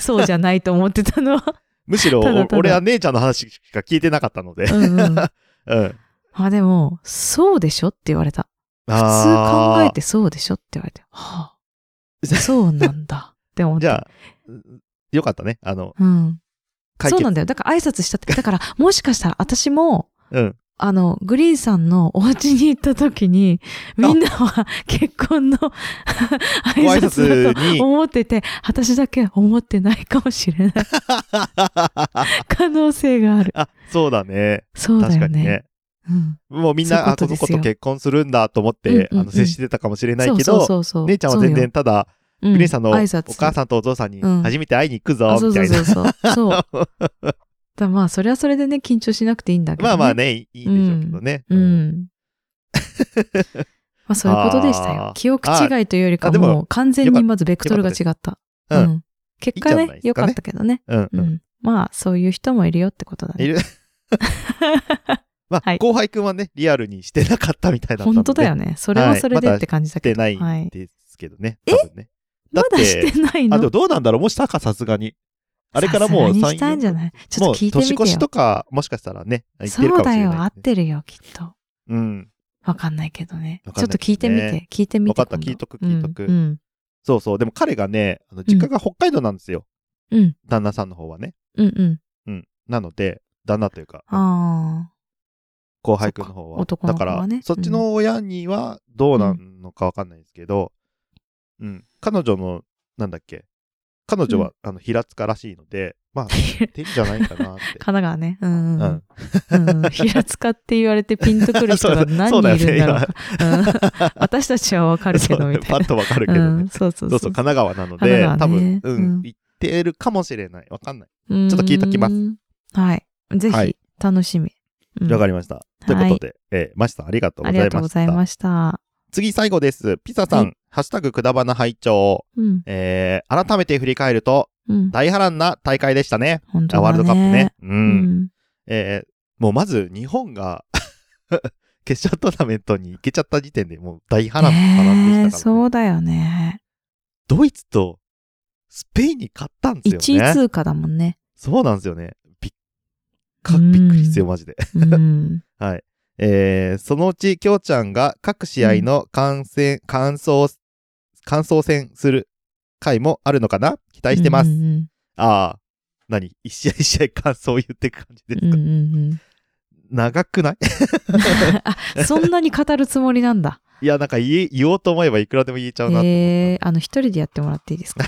Speaker 2: そうじゃないと思ってたのは
Speaker 1: むしろ
Speaker 2: ただただ
Speaker 1: お俺は姉ちゃんの話しか聞いてなかったので。
Speaker 2: うん、うん、
Speaker 1: うん。
Speaker 2: あでもそうでしょって言われた普通
Speaker 1: あ
Speaker 2: 考
Speaker 1: ー
Speaker 2: えてそうでしょって言われては
Speaker 1: [LAUGHS]
Speaker 2: あそうなんだって思って
Speaker 1: じゃあ、うんよかったね。あの、
Speaker 2: うん、
Speaker 1: 解
Speaker 2: そう
Speaker 1: 決
Speaker 2: なんだよだから挨拶したってだからもしかしたら私も
Speaker 1: うん。
Speaker 2: あの、グリーンさんのお家に行った時に、みんなは結婚の挨
Speaker 1: ご挨
Speaker 2: 拶 [LAUGHS] だと
Speaker 1: 拶に。
Speaker 2: 思ってて、私だけ思ってないかも
Speaker 1: [LAUGHS]
Speaker 2: しれない可能性がある。
Speaker 1: あ、そうだね。
Speaker 2: そうだ
Speaker 1: 確
Speaker 2: よ
Speaker 1: かに
Speaker 2: ね。
Speaker 1: ね。
Speaker 2: うん。
Speaker 1: もうみん
Speaker 2: そうい
Speaker 1: な、
Speaker 2: うこ
Speaker 1: あ、
Speaker 2: と
Speaker 1: この
Speaker 2: ですよ
Speaker 1: 子と結婚するんだと思っ
Speaker 2: うんうん
Speaker 1: て、
Speaker 2: うん
Speaker 1: あの、接してたかもしれない
Speaker 2: そう
Speaker 1: け
Speaker 2: そう
Speaker 1: ど、
Speaker 2: そうそう。
Speaker 1: 姉ちゃんは全然ただ、
Speaker 2: そうよ、
Speaker 1: グリーンさんのお
Speaker 2: 挨拶
Speaker 1: 母さんとお父さんに
Speaker 2: うん
Speaker 1: 初めて会いに行くぞ
Speaker 2: あ、、そう
Speaker 1: み
Speaker 2: そ
Speaker 1: た
Speaker 2: う
Speaker 1: いな
Speaker 2: そ。うそう。
Speaker 1: [LAUGHS]
Speaker 2: そう。だからまあ、それはそれでね、緊張しなくていいんだけど、
Speaker 1: ま
Speaker 2: ね。
Speaker 1: あまあ。ね、いいいいんでしょうけどね。
Speaker 2: う。ん。まあ、そういうことでした
Speaker 1: あ
Speaker 2: よ
Speaker 1: ー。
Speaker 2: 記憶違いというよりか
Speaker 1: あでも
Speaker 2: も、う完全にまずベクトルが違
Speaker 1: よか
Speaker 2: った。
Speaker 1: ったです
Speaker 2: うん結果
Speaker 1: いい
Speaker 2: ね
Speaker 1: んじゃない、です
Speaker 2: 良
Speaker 1: か
Speaker 2: か
Speaker 1: ね
Speaker 2: ったけどね。
Speaker 1: うん
Speaker 2: う
Speaker 1: うん。
Speaker 2: ん。まあ、そういう人もいるよってことだ
Speaker 1: い
Speaker 2: ね。
Speaker 1: る。
Speaker 2: [LAUGHS]
Speaker 1: ま
Speaker 2: は
Speaker 1: あ、
Speaker 2: い
Speaker 1: 後輩くんはね、リアルにしてなかったみたいだったので。
Speaker 2: 本当だよね。それはそれでって感じ
Speaker 1: し
Speaker 2: だけ
Speaker 1: て
Speaker 2: ど。
Speaker 1: ない
Speaker 2: は
Speaker 1: ん
Speaker 2: い。
Speaker 1: ですけどね。多分ね。だ
Speaker 2: ま
Speaker 1: って
Speaker 2: だしてないの
Speaker 1: あ、でもどうなんだろうもしたか、さすがに。あれからもう
Speaker 2: さすがに
Speaker 1: 3
Speaker 2: したんじゃないちょっと聞いて
Speaker 1: もう年
Speaker 2: みてよ。
Speaker 1: 越しとか、もしかしたらね、言ってるか
Speaker 2: そう
Speaker 1: もしれ
Speaker 2: だ
Speaker 1: ない、ね。
Speaker 2: よ、合ってるよ、きっと。
Speaker 1: うん。
Speaker 2: わかんないけどね。
Speaker 1: わ
Speaker 2: ち
Speaker 1: か
Speaker 2: ょ
Speaker 1: ん
Speaker 2: っ
Speaker 1: な
Speaker 2: と
Speaker 1: い
Speaker 2: 聞いてみ
Speaker 1: です
Speaker 2: て、聞いてみて。
Speaker 1: わかった
Speaker 2: 今度
Speaker 1: 聞いとく聞いとく
Speaker 2: うんうん。
Speaker 1: そうそう。でも彼がね、あの実家が北海道なんですよ。
Speaker 2: うん。
Speaker 1: 旦那さんの方はね。
Speaker 2: うんうん。
Speaker 1: うん。なので、旦那というか、
Speaker 2: あ
Speaker 1: 後輩くんの方は。
Speaker 2: そっか男の方
Speaker 1: だ
Speaker 2: は
Speaker 1: か
Speaker 2: ね
Speaker 1: ら、そっちの親にはどうなのかわかんないですけど、うん、彼女の、なんだっけ。彼女は、あの、平塚らしいので、ま
Speaker 2: [LAUGHS]
Speaker 1: あ
Speaker 2: あ。、 [LAUGHS] 神
Speaker 1: 手じゃないかなって。
Speaker 2: [LAUGHS] 奈川ね。うん
Speaker 1: う
Speaker 2: うん
Speaker 1: ん。
Speaker 2: うんうん。平塚って言われてピンとくる人
Speaker 1: [LAUGHS] そ
Speaker 2: が
Speaker 1: うだ
Speaker 2: 何
Speaker 1: そうだ
Speaker 2: 人
Speaker 1: よ
Speaker 2: い
Speaker 1: ね
Speaker 2: るんだろうか。 [LAUGHS] うん私たちはわかるけ
Speaker 1: そ
Speaker 2: ど、
Speaker 1: う
Speaker 2: み
Speaker 1: ね
Speaker 2: たい
Speaker 1: パッとわかるけ
Speaker 2: な。
Speaker 1: ど
Speaker 2: う
Speaker 1: ね
Speaker 2: ん。。そうそ
Speaker 1: そ
Speaker 2: うそうう
Speaker 1: そう、神奈川なの
Speaker 2: 神
Speaker 1: で、
Speaker 2: 奈
Speaker 1: 多
Speaker 2: 川ね
Speaker 1: 分、う
Speaker 2: う
Speaker 1: ん、
Speaker 2: ん
Speaker 1: 行ってるかもしれない。わかんない。
Speaker 2: ちょ。
Speaker 1: ちょっと聞いときます
Speaker 2: はい。ぜ
Speaker 1: は
Speaker 2: ひ
Speaker 1: い、
Speaker 2: 楽しみ。うん
Speaker 1: わかりました。ということで、えー、マシさんありがとうご
Speaker 2: あり
Speaker 1: ざいまし
Speaker 2: がと
Speaker 1: た。
Speaker 2: うございました。
Speaker 1: 次最後です。ピサさん、
Speaker 2: は
Speaker 1: ハッシュタグくだばな拝聴。
Speaker 2: うん。
Speaker 1: えー、改めて振り返ると、
Speaker 2: うん。
Speaker 1: 大波乱な大会でしたね。
Speaker 2: 本当
Speaker 1: あ
Speaker 2: だ
Speaker 1: ワールドカップね。。うん。
Speaker 2: うん。
Speaker 1: えー、もうまず日本が [LAUGHS] 決勝トーナメントに行けちゃった時点でもう大波乱の波乱でしたから、
Speaker 2: ね
Speaker 1: ね
Speaker 2: えそうだよね。
Speaker 1: ドイツとスペインに勝ったんです
Speaker 2: 1
Speaker 1: よ
Speaker 2: 位
Speaker 1: ね。
Speaker 2: 通過だも
Speaker 1: [LAUGHS]
Speaker 2: んね。
Speaker 1: そうなんですよね。びっか、びっくりですよ、マジで。
Speaker 2: うん。
Speaker 1: はい。えー、そのうち、きょうちゃんが各試合の観戦、感想、感想戦する回もあるのかな期待してます。
Speaker 2: うんうん
Speaker 1: ああ、何一試合一試合感想を言っていく感じです
Speaker 2: うん。う
Speaker 1: か、
Speaker 2: んうん
Speaker 1: 長くない [LAUGHS]
Speaker 2: うん。そんなに語るつもりなん
Speaker 1: [LAUGHS]
Speaker 2: だ。
Speaker 1: いや、なんか言え、言おうと思えばいくらでも言えちゃうなって
Speaker 2: ええ、あの、一人でやってもらっていいで
Speaker 1: [LAUGHS]
Speaker 2: すか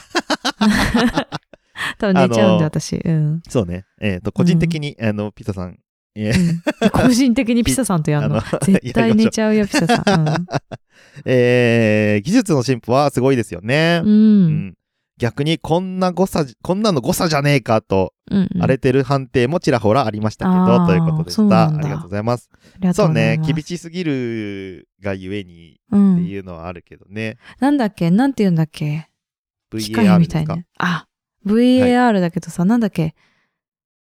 Speaker 2: 多分寝ちゃう
Speaker 1: あ
Speaker 2: んで、
Speaker 1: の
Speaker 2: 私。うん。
Speaker 1: そうね。えっ、と、個人的に、あの、ピザさん、えー
Speaker 2: うん個人的にピサさんとやるの
Speaker 1: あ。の
Speaker 2: [LAUGHS] 絶対寝ちゃうよ、ピサさん。
Speaker 1: えー技術の進歩はすごいですよね。 [LAUGHS]
Speaker 2: うん。う。
Speaker 1: うんん逆にこんな誤差じ、こんなの誤差じゃねえかと、
Speaker 2: うんうん。
Speaker 1: 荒れてる判定もちらほらありましたけ
Speaker 2: あ
Speaker 1: ど、
Speaker 2: ー
Speaker 1: ということで
Speaker 2: そう
Speaker 1: し
Speaker 2: な
Speaker 1: た。あ
Speaker 2: ん
Speaker 1: り
Speaker 2: だ
Speaker 1: がとうございます。
Speaker 2: ありがと
Speaker 1: そう
Speaker 2: ござい
Speaker 1: ね
Speaker 2: ま、す
Speaker 1: 厳しすぎるがゆえに
Speaker 2: う
Speaker 1: って
Speaker 2: ん。
Speaker 1: いうのはあるけどね。
Speaker 2: なんだっけなんて言うんだっけ機械
Speaker 1: VAR
Speaker 2: み
Speaker 1: で
Speaker 2: た
Speaker 1: す
Speaker 2: い
Speaker 1: か
Speaker 2: な。あ、VAR だけどさ、なんだっけ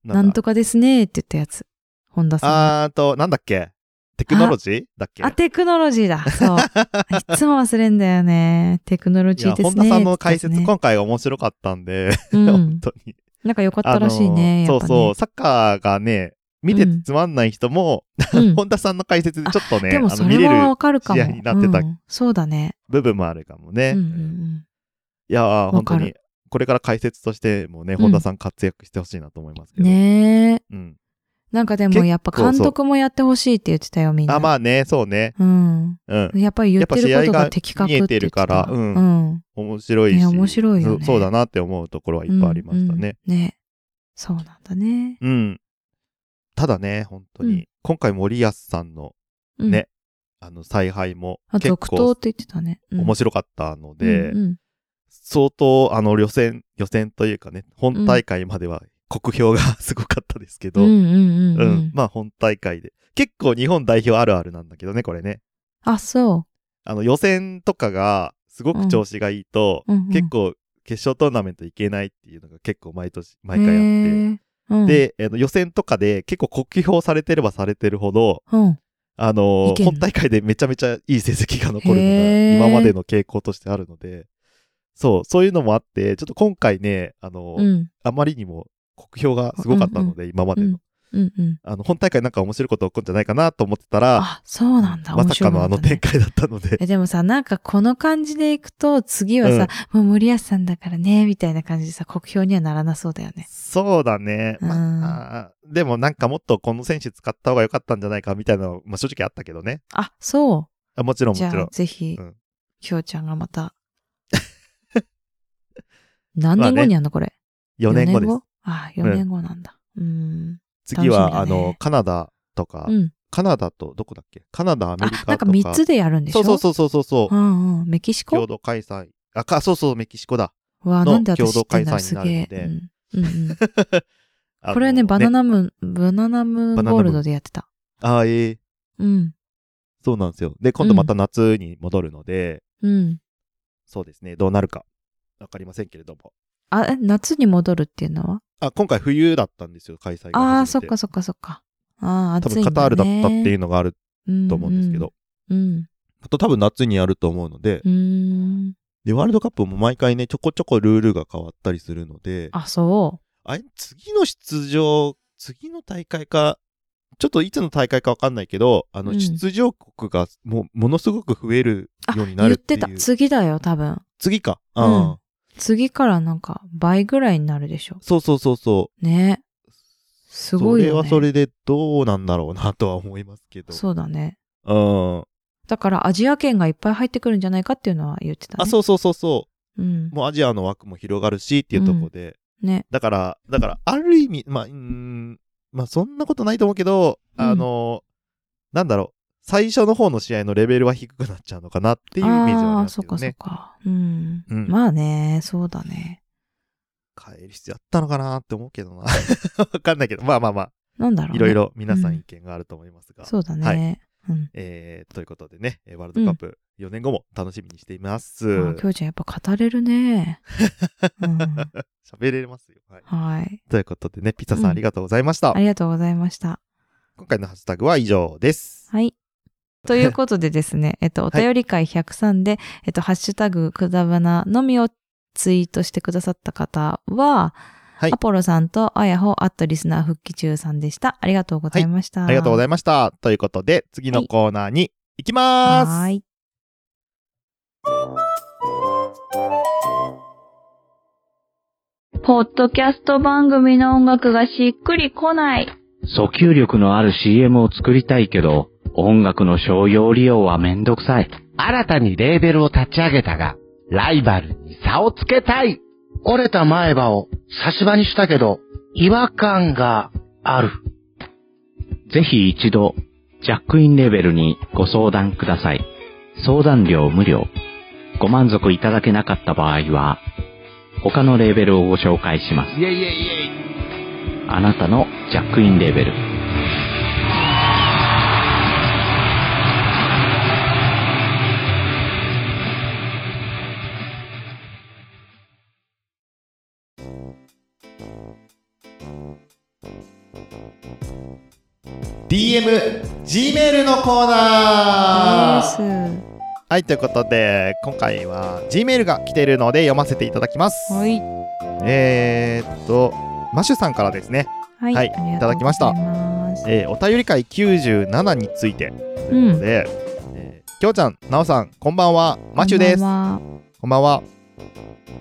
Speaker 2: なんとかですねって言ったやつ。本田さんが。
Speaker 1: あーと、なんだっけテクノロジーだっけ
Speaker 2: あ、テクノロジーだ。
Speaker 1: [LAUGHS]
Speaker 2: そう。いつも忘れんだよね。テクノロ
Speaker 1: い
Speaker 2: ジ
Speaker 1: や、
Speaker 2: ーですね。
Speaker 1: 本田さんの解説、
Speaker 2: ってや
Speaker 1: 今回面白かったんで、
Speaker 2: つねう
Speaker 1: [LAUGHS] 本
Speaker 2: ん。
Speaker 1: 当に。
Speaker 2: なんか良かったらしいね。
Speaker 1: あの
Speaker 2: や
Speaker 1: そ
Speaker 2: っぱ
Speaker 1: う
Speaker 2: ね
Speaker 1: そう、サッカーがね、見ててつまんない人も、
Speaker 2: うん
Speaker 1: [LAUGHS] 本田さんの解説でちょっとね、
Speaker 2: でも
Speaker 1: あ
Speaker 2: そ
Speaker 1: の見
Speaker 2: れ
Speaker 1: れ
Speaker 2: は
Speaker 1: る
Speaker 2: わかるかも。
Speaker 1: 試合になってた
Speaker 2: うんそうだね。
Speaker 1: 部分もあるかもね。
Speaker 2: うんうんうん
Speaker 1: いやー、本当
Speaker 2: わか
Speaker 1: に、これから解説としてもね、
Speaker 2: ん
Speaker 1: 本田さん活躍してほしいなと思いますけど。
Speaker 2: ねえ。
Speaker 1: うん。
Speaker 2: なんかで
Speaker 1: 結
Speaker 2: も
Speaker 1: 構
Speaker 2: やっぱ監督もやってほしいって言ってたよ、みんな。
Speaker 1: あ、まあね、そうね。
Speaker 2: うん。
Speaker 1: うん。
Speaker 2: やっぱり言ってることが的確って言ってた
Speaker 1: やっぱ試合が見えてるからう
Speaker 2: うんん。
Speaker 1: 面白いし。
Speaker 2: ね面白いよね
Speaker 1: そそうだなって思うところはいっぱいありましたね。
Speaker 2: うん。うんね。そうなんだね。
Speaker 1: うん。ただね、本当に、
Speaker 2: うん
Speaker 1: 今回森保さんの
Speaker 2: うん
Speaker 1: ね。あの、采配も
Speaker 2: あ、
Speaker 1: 結
Speaker 2: 続投っ
Speaker 1: 構
Speaker 2: て言ってたね。うん
Speaker 1: 面白かったので、
Speaker 2: うんうん
Speaker 1: 相当、あの、予選、予選というかね、本大会までは国評が [LAUGHS] すごかったですけど、
Speaker 2: うんうんうん
Speaker 1: う
Speaker 2: うんん。
Speaker 1: まあ本大会で。結構日本代表あるあるなんだけどね、これね。
Speaker 2: あ、そ
Speaker 1: あの予選とかがすごく調子がいいと、
Speaker 2: うんうんうん
Speaker 1: 結構決勝トーナメント行けないっていうのが結構毎年、
Speaker 2: う。
Speaker 1: 毎回あって。
Speaker 2: へえ、
Speaker 1: で、あの予選とかで結構国評されてればされてるほど、
Speaker 2: うん、うん。
Speaker 1: あの
Speaker 2: いけんの
Speaker 1: 本大会でめちゃめちゃいい成績が残るの
Speaker 2: へー
Speaker 1: が今までの傾向としてあるので、そう、そういうのもあって、ちょっと今回ね、あの、
Speaker 2: うん。
Speaker 1: あまりにも国評がすごかったので、今までの。
Speaker 2: うんうん。
Speaker 1: あの、本大会なんか面白いこと起こるんじゃないかなと思ってたら、
Speaker 2: あ、そうなんだ。
Speaker 1: ま
Speaker 2: 面
Speaker 1: さ
Speaker 2: 白
Speaker 1: か
Speaker 2: い
Speaker 1: のあの展開だったので、
Speaker 2: えでもさ、なんかこの感じでいくと、次はさ、もう森保さんだからね、みたいな感じでさ、国評にはならなそうだよね。
Speaker 1: そうだね。
Speaker 2: うん
Speaker 1: まあ、でもなんかもっとこの選手使った方が良かったんじゃないかみたいなの、まあ正直あったけどね。
Speaker 2: あ、そ
Speaker 1: あもちろ
Speaker 2: う。
Speaker 1: んもち
Speaker 2: じゃ
Speaker 1: ろ
Speaker 2: あ
Speaker 1: ん、。
Speaker 2: ぜひ
Speaker 1: うん、
Speaker 2: きょうちゃんが
Speaker 1: [LAUGHS]
Speaker 2: また。何年後にやんのこれ。
Speaker 1: 4年後です。
Speaker 2: あ、
Speaker 1: ん
Speaker 2: 4年後なんだ。うん。
Speaker 1: 次は、あ
Speaker 2: 楽しみだね
Speaker 1: の、カナダとか、
Speaker 2: うん。
Speaker 1: カナダと、どこだっけカナダ、アメ
Speaker 2: あ
Speaker 1: リカと、か。
Speaker 2: なんか3つでやるんでし
Speaker 1: そ
Speaker 2: ょ
Speaker 1: うそうそうそうそうそう
Speaker 2: う。んうん。メキシ
Speaker 1: 共
Speaker 2: コ
Speaker 1: 同開催。あ、か、そうそう、メキシコだ。
Speaker 2: うわ、
Speaker 1: の
Speaker 2: なんで私知ってんだ
Speaker 1: 共
Speaker 2: ろう
Speaker 1: 同開催
Speaker 2: す
Speaker 1: にな
Speaker 2: げ
Speaker 1: るの
Speaker 2: え。
Speaker 1: で
Speaker 2: うんうんうん
Speaker 1: [LAUGHS] あの
Speaker 2: これはね、バナ。ナムーン、バナナムーンゴールドでやってた。
Speaker 1: あーええ
Speaker 2: うん。
Speaker 1: そうなんですよ。で、今度また夏に戻るので、
Speaker 2: うん。
Speaker 1: そうですね、どうなるか。わかりませんけれども。
Speaker 2: あ、え夏に戻るっていうのは
Speaker 1: あ、今回冬だったんですよ、開催が初めて。
Speaker 2: ああ、そっかそっかそっか。ああ、
Speaker 1: 多
Speaker 2: 暑い
Speaker 1: 分
Speaker 2: んだ、ね。
Speaker 1: カタールだったっていうのがある
Speaker 2: う
Speaker 1: と思うんですけど。。
Speaker 2: うん。
Speaker 1: あと多分夏にやると思うので、
Speaker 2: うん。うん
Speaker 1: で、ワールドカップも毎回ね、ちょこちょこルールが変わったりするので、あ
Speaker 2: あ、そ
Speaker 1: れ、次の出場、次の大会か、ちょっといつの大会かわかんないけど、あの、
Speaker 2: うん
Speaker 1: 出場国がもう、ものすごく増えるように
Speaker 2: う。
Speaker 1: なる
Speaker 2: 言っ
Speaker 1: ってい
Speaker 2: て
Speaker 1: う。
Speaker 2: た。次だよ、多分。
Speaker 1: 次か。う。
Speaker 2: うんん次からなんか倍ぐらいになるでしょ。
Speaker 1: そうそうそうそう。
Speaker 2: ね。すごいよ、
Speaker 1: それ
Speaker 2: ね。
Speaker 1: はそれでどうなんだろうなとは思いますけど。
Speaker 2: そうだね。
Speaker 1: うん。
Speaker 2: だからアジア圏がいっぱい入ってくるんじゃないかっていうのは言ってた、ね。。
Speaker 1: あ、そうそうそうそう
Speaker 2: ん
Speaker 1: う。。もうアジアの枠も広がるしっていうところで、
Speaker 2: ね。
Speaker 1: だから、だから、ある意味、まあ、うーん、まあ、そんなことないと思うけど、
Speaker 2: うん
Speaker 1: あの、なんだろう、最初の方の試合のレベルは低くなっちゃうのかなっていうイメージはあり
Speaker 2: あ
Speaker 1: ま
Speaker 2: あ、
Speaker 1: す
Speaker 2: そっ
Speaker 1: けど
Speaker 2: かそっ
Speaker 1: ね。
Speaker 2: か。うん。
Speaker 1: うん
Speaker 2: まあね、そうだね。
Speaker 1: 変える必要あったのかなって思うけどな。わかんないけど、まあまあまあ、
Speaker 2: なんだろう、ね。
Speaker 1: いろい。ろ皆さ
Speaker 2: うんん
Speaker 1: 意見があると思いますが。
Speaker 2: そうだね。
Speaker 1: はい
Speaker 2: うん。
Speaker 1: えー、ということでね、えーワールドカップ4年後も楽しみにしています。
Speaker 2: あー、きょうちゃんやっぱ語れるね。
Speaker 1: [LAUGHS]
Speaker 2: うん、
Speaker 1: 喋れますよ、はい。
Speaker 2: はい。
Speaker 1: ということでね、ピザさ
Speaker 2: うんん
Speaker 1: ありがとうございました。
Speaker 2: ありがとうございました。
Speaker 1: 今回のハッシュタグは以上です。
Speaker 2: はい。ということでですね、 [LAUGHS] えっと、お便り会103で、えっと、ハッシュタグくだばなのみをツイートしてくださった方は、
Speaker 1: はい
Speaker 2: アポロさんとあやほ、アットリスナー復帰中さんでした。ありがとうございました。
Speaker 1: ありがとうござ
Speaker 2: い
Speaker 1: いました。ということで、次のコーナーに行きまーす。
Speaker 2: はい。
Speaker 3: ポッドキャスト番組の音楽がしっくりこない。
Speaker 4: 訴求力のある CM を作りたいけど、音楽の商用利用はめんどくさい。
Speaker 5: 新たにレーベルを立ち上げたが、ライバルに差をつけたい折れた前歯を差し歯にしたけど、違和感がある。
Speaker 4: ぜひ一度、ジャックインレベルにご相談ください。相談料無料。ご満足いただけなかった場合は、他のレーベルをご紹介します。
Speaker 5: イェイイェイイェイ
Speaker 4: あなたのジャックインレーベル。
Speaker 1: DM、G メールのコーナー
Speaker 2: は
Speaker 1: はい、ということで、今回は G メールが来ているので読ませていただきます。
Speaker 2: い。
Speaker 1: えーっと、マシュさんからですね、
Speaker 2: はい
Speaker 1: はい
Speaker 2: ありがとうござい
Speaker 1: いただきました
Speaker 2: ます
Speaker 1: えーお便り会97についてということで、えーきょうちゃん、なおさん、こんばんは、マシュです
Speaker 2: こん。ばんは
Speaker 1: こんばんは。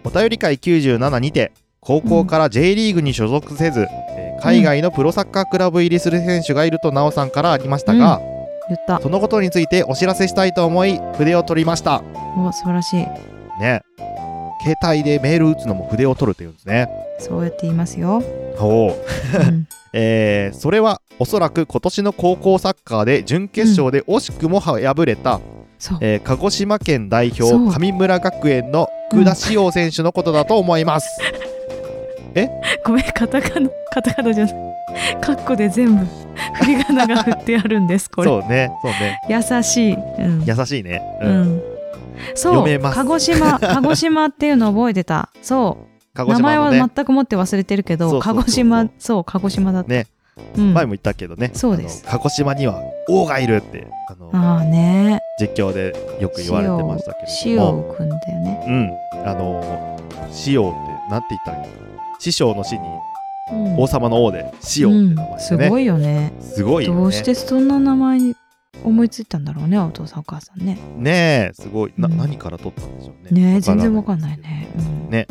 Speaker 1: お便り会97にて、高校から J リーグに所属せず、えー海外のプロサッカークラブ入りする選手がいるとなおさんからありましたが、
Speaker 2: 言った。
Speaker 1: そのことについてお知らせしたいと思い、筆を取りました。
Speaker 2: お、素晴らしい。
Speaker 1: ね。携帯でメール打つのも筆を取るというんですね。
Speaker 2: そうやって言いま
Speaker 1: [LAUGHS]
Speaker 2: すよ。
Speaker 1: おお。
Speaker 2: うん
Speaker 1: えーそれはおそらく今年の高校サッカーで準決勝で惜しくも敗れた、
Speaker 2: そう。
Speaker 1: えー鹿児島県代表
Speaker 2: そう
Speaker 1: 神村学園の福田志陽選手のことだと思い
Speaker 2: [LAUGHS]
Speaker 1: ます。
Speaker 2: ごめん、カタカナ、カタカナじゃない。カッコで全部、振り仮名が振ってあるんです、これ。
Speaker 1: そうね、そうね。
Speaker 2: 優しい。うん。
Speaker 1: 優しいね。う。
Speaker 2: うんん。そ
Speaker 1: 読め
Speaker 2: う、
Speaker 1: ます
Speaker 2: 鹿児
Speaker 1: [LAUGHS]
Speaker 2: 島、鹿児島っていうの覚えてた。そ
Speaker 1: 鹿
Speaker 2: う、
Speaker 1: 児
Speaker 2: 名前
Speaker 1: 島の
Speaker 2: は
Speaker 1: ね、
Speaker 2: 全く持って忘れてるけ
Speaker 1: そ
Speaker 2: ど、
Speaker 1: うそうそう
Speaker 2: 鹿児島、そう、鹿児島だった。
Speaker 1: ね
Speaker 2: うん。
Speaker 1: 前も言ったけどね。
Speaker 2: そうです
Speaker 1: あの鹿児島には王がいるって、あの、
Speaker 2: ああね。
Speaker 1: 実況でよく言われてましたけれ
Speaker 2: 塩
Speaker 1: ども。
Speaker 2: をくんだよね。
Speaker 1: うん。あのー、師王って、なんて言ったらいいの師匠の師に、
Speaker 2: うん
Speaker 1: 王様の王で、師王って名前
Speaker 2: うん
Speaker 1: です
Speaker 2: す
Speaker 1: ね。
Speaker 2: ごいよね。
Speaker 1: すごいよね。
Speaker 2: どうしてそんな名前に思いついたんだろうね、お父さんお母さんね。
Speaker 1: ねえ、すごい。な、
Speaker 2: うん
Speaker 1: 何から取ったんでしょうね。
Speaker 2: ねえ全然わかんないね。うん
Speaker 1: ね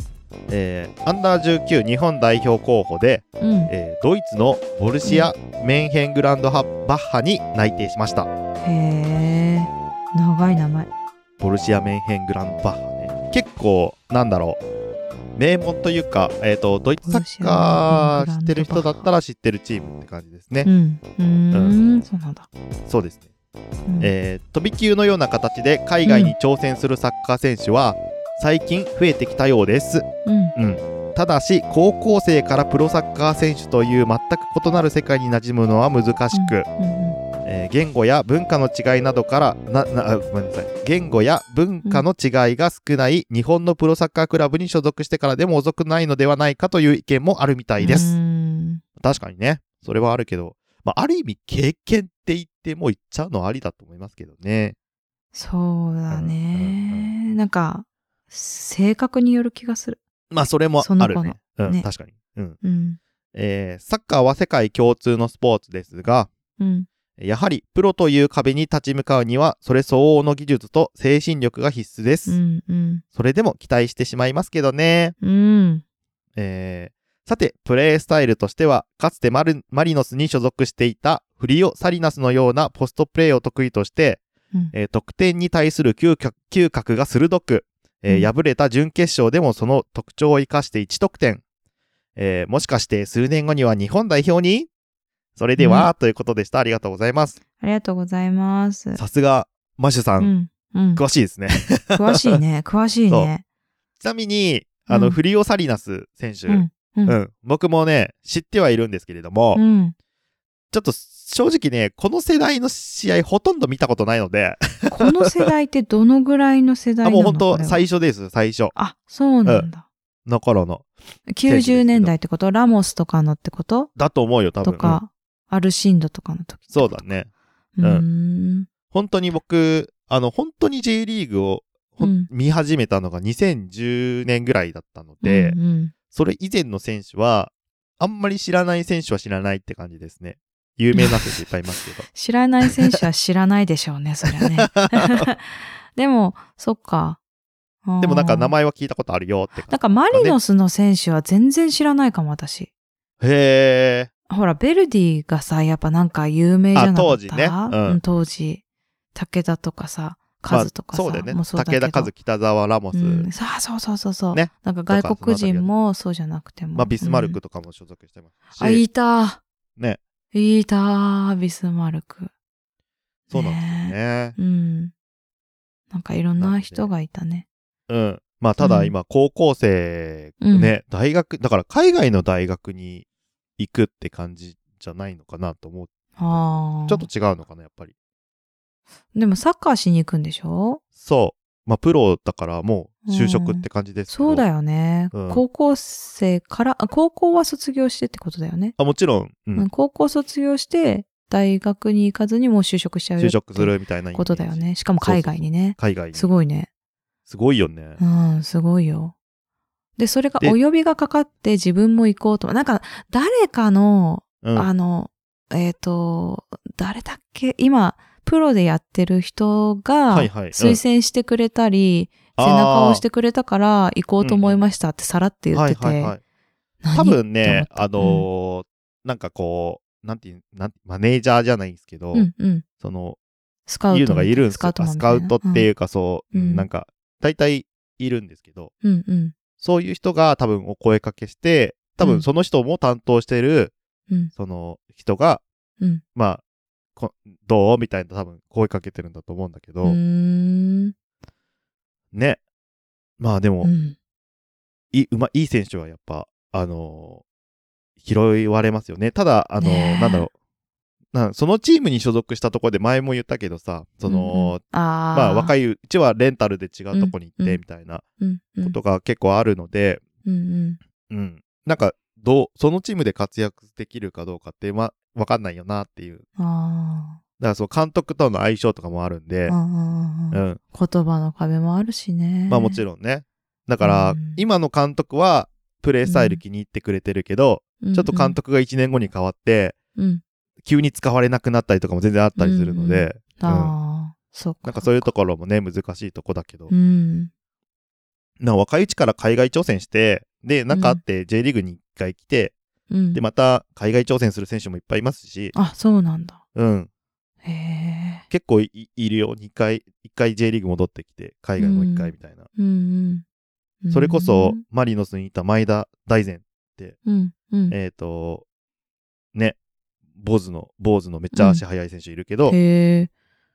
Speaker 1: えーアンダー19日本代表候補で、
Speaker 2: うん。
Speaker 1: えードイツのボルシア・メンヘングランドハバッハに内定しました。
Speaker 2: へえ。長い名前。
Speaker 1: ボルシア・メンヘングランバッハね。結構、なんだろう。名門というか、えっ、と、ドイツサッカー知ってる人だったら知ってるチームって感じですね
Speaker 2: う。ん。うーん。そうなんだ。
Speaker 1: そうですね。
Speaker 2: うん
Speaker 1: えー飛び級のような形で海外に挑戦するサッカー選手は、最近増えてきたようです。
Speaker 2: うん。
Speaker 1: ただし、高校生からプロサッカー選手という全く異なる世界に馴染むのは難しく、
Speaker 2: うん
Speaker 1: えー言語や文化の違いなどからななあごめんなさい言語や文化の違いが少ない日本のプロサッカークラブに所属してからでも遅くないのではないかという意見もあるみたいで。
Speaker 2: う
Speaker 1: す、
Speaker 2: ん
Speaker 1: 確かにねそれはあるけど、まあ、ある意味経験って言ってもう言っちゃうのはありだと思いますけどね
Speaker 2: そうだね。なんか、性格による気がする。
Speaker 1: まあそれも
Speaker 2: その
Speaker 1: あ
Speaker 2: 子
Speaker 1: る
Speaker 2: の
Speaker 1: ねうん
Speaker 2: ね
Speaker 1: 確かに、うん
Speaker 2: うん。
Speaker 1: えーサッカーは世界共通のスポーツですが
Speaker 2: うん。
Speaker 1: やはりプロという壁に立ち向かうにはそれ相応の技術と精神力が必須です、
Speaker 2: うん。うん
Speaker 1: それでも期待してしまいますけどね
Speaker 2: うん。
Speaker 1: えーさて、プレースタイルとしては、かつてマルマリノスに所属していたフリオ・サリナスのようなポストプレーを得意として、
Speaker 2: うん
Speaker 1: えー得点に対する嗅覚嗅覚が鋭く、えー
Speaker 2: うん
Speaker 1: 敗れた準決勝でもその特徴を生かして1得点。えーもしかして数年後には日本代表にそれでは、ということでした。ありがとうございます。
Speaker 2: ありがとうございます。
Speaker 1: さすが、マシュさ、
Speaker 2: うんん。うん。
Speaker 1: 詳しいですね。 [LAUGHS]
Speaker 2: 詳しいね。詳しいね。
Speaker 1: ちなみに、あの、
Speaker 2: うん
Speaker 1: フリオ・サリナス選手、
Speaker 2: うん。うん
Speaker 1: うん、僕もね、知ってはいるんですけれども、
Speaker 2: うん。
Speaker 1: ちょっと正直ね、この世代の試合ほとんど見たことないので、
Speaker 2: この世代ってどのぐらいの世代
Speaker 1: [LAUGHS] あ
Speaker 2: なの
Speaker 1: もう本
Speaker 2: これ
Speaker 1: 当
Speaker 2: は
Speaker 1: 最初です、最初
Speaker 2: あ、そうなんだ。
Speaker 1: の頃の。
Speaker 2: 90年代ってことラモスとかのってこと
Speaker 1: だと思うよ、多
Speaker 2: と
Speaker 1: 分。
Speaker 2: か、アルシンドとかの時。
Speaker 1: うんそうだね。
Speaker 2: うーん。
Speaker 1: 本当に僕、あの、本当に J リーグを、ほん
Speaker 2: うん
Speaker 1: 見始めたのが2010年ぐらいだったので、
Speaker 2: うんうん
Speaker 1: それ以前の選手は、あんまり知らない選手は知らないって感じですね。有名な選手いっぱいいますけど。
Speaker 2: 知らない選手は知らないでしょうね、そりゃね。
Speaker 1: [LAUGHS]
Speaker 2: でも、そっか。 [LAUGHS] あー
Speaker 1: でもなんか名。前は聞いたことあるよって
Speaker 2: なん
Speaker 1: 感
Speaker 2: かマリノスの選手は全然知らないかも、私。
Speaker 1: じ。へ
Speaker 2: ほら、ベルディがさ、やっぱなんか有名じゃなかった
Speaker 1: あ当時ねうん
Speaker 2: うん当時。武田とかさ、
Speaker 1: ー。まあ
Speaker 2: カズとかさ、
Speaker 1: そうだよね。
Speaker 2: もうそうだけ
Speaker 1: 武
Speaker 2: ど
Speaker 1: 田和樹、北沢ラモス、
Speaker 2: うん、さあそうそうそうそう。
Speaker 1: ね
Speaker 2: なんか外国人もそうじゃなくても。
Speaker 1: まあビスマル
Speaker 2: う
Speaker 1: ク
Speaker 2: ん
Speaker 1: とかも所属してますし。
Speaker 2: あ、いた。
Speaker 1: ね。
Speaker 2: いた、ビスマルク。
Speaker 1: そうなんですよね。
Speaker 2: うん。なんかいろんな人がいたね。
Speaker 1: うん。まあ、ただ今、高校生、
Speaker 2: うん
Speaker 1: ね、大学、だから海外の大学に行くって感じじゃないのかなと思う。
Speaker 2: ああ。
Speaker 1: ちょっと。違うのかな、やっぱり。
Speaker 2: でもサッカーしに行くんでしょ
Speaker 1: そう。まあ、プロだからもう就職って感じですけど。
Speaker 2: そうだよね、
Speaker 1: うん
Speaker 2: 高校生から、あ高校は卒業してってことだよね。
Speaker 1: あ、もちろん、うん
Speaker 2: うん高校卒業して、大学に行かずにもう就職しちゃうよ
Speaker 1: 就
Speaker 2: って
Speaker 1: 職するみたいなイメージ
Speaker 2: ことだよ。ね。しかも海外にね。
Speaker 1: 海外に。
Speaker 2: すごいね。
Speaker 1: すごいよね
Speaker 2: う。ん、すごいよ。で、それが
Speaker 1: で
Speaker 2: お呼びがかかって自分も行こうと。なんか、誰かの、
Speaker 1: うん。
Speaker 2: あの、えっ、と、誰だっけ今、プロでやってる人が、
Speaker 1: はいはいうん
Speaker 2: 推薦してくれたり、
Speaker 1: あー
Speaker 2: 背中を押してくれたから、行こうと思いましたってさらって言っ
Speaker 1: は
Speaker 2: て
Speaker 1: い
Speaker 2: て。
Speaker 1: はいはい。
Speaker 2: 何
Speaker 1: 多分ね、
Speaker 2: と思
Speaker 1: あ
Speaker 2: った
Speaker 1: のーなんかこう、なんていう、なんてマネージャーじゃないんですけど、
Speaker 2: うんうん。
Speaker 1: その、
Speaker 2: スカウ
Speaker 1: い
Speaker 2: ト。
Speaker 1: るのがいるんですよ。
Speaker 2: スカウトマン
Speaker 1: ス
Speaker 2: みた
Speaker 1: カ
Speaker 2: いな
Speaker 1: ウトっていうか、そう、
Speaker 2: うん
Speaker 1: なんか、大体いるんですけど、
Speaker 2: うんうん
Speaker 1: そういう人が多分お声かけして、多
Speaker 2: う
Speaker 1: 分
Speaker 2: ん
Speaker 1: その人も担当してる、
Speaker 2: うん
Speaker 1: その人が、
Speaker 2: うん
Speaker 1: まあ、こどうみたいな多分声かけてるんだと思うんだけど、
Speaker 2: うーん。
Speaker 1: ね。まあでも、
Speaker 2: うん。
Speaker 1: いいうまいい選手はやっぱ、あのー拾われますよね。ただ、あのー
Speaker 2: ねえ
Speaker 1: なんだろう。なそのチームに所属したところで前も言ったけどさ、その、
Speaker 2: ああ。
Speaker 1: まあ若
Speaker 2: い
Speaker 1: いうちはレンタルで違うとこに行っ
Speaker 2: うんう
Speaker 1: て
Speaker 2: ん
Speaker 1: みたいな
Speaker 2: こ
Speaker 1: ことが結構あるので、
Speaker 2: うんう
Speaker 1: う
Speaker 2: ん。
Speaker 1: ん。なんか、どう、そのチームで活躍できるかどうかって、ま、わかんないよなっていう。
Speaker 2: あ
Speaker 1: だから、そう、監督との相性とかもあるん
Speaker 2: ー
Speaker 1: で
Speaker 2: あー、あー。
Speaker 1: う
Speaker 2: あー
Speaker 1: ん。
Speaker 2: 言葉の壁もあるしね。
Speaker 1: まあもちろんね。だから、
Speaker 2: うん
Speaker 1: 今の監督は、プレースタイル気に入ってくれてるけど、
Speaker 2: ろん
Speaker 1: ちょっと監。督が1年後に変わって、
Speaker 2: うんうん。
Speaker 1: 急に使われなくなったりとかも全然あったりするので、
Speaker 2: ああ。そうか。
Speaker 1: なんかそういうところもね、難しいとこだけど、
Speaker 2: うん。
Speaker 1: なんか若いうちから海外挑戦して、で、なんかあって J リーグに1回来て、
Speaker 2: うん。
Speaker 1: で、また海外挑戦する選手もいっぱいいますし、
Speaker 2: あ、そうなんだ。
Speaker 1: うん。
Speaker 2: へえ。
Speaker 1: 結構いいるよ。2回、1回 J リーグ戻ってきて、海外もう1回みたいな。
Speaker 2: うんうん。
Speaker 1: それこそ、マリノスにいた前田大然、
Speaker 2: うん、うん。
Speaker 1: えっ、と、ね、坊主の、坊主のめっちゃ足速い選手いるけど、
Speaker 2: へ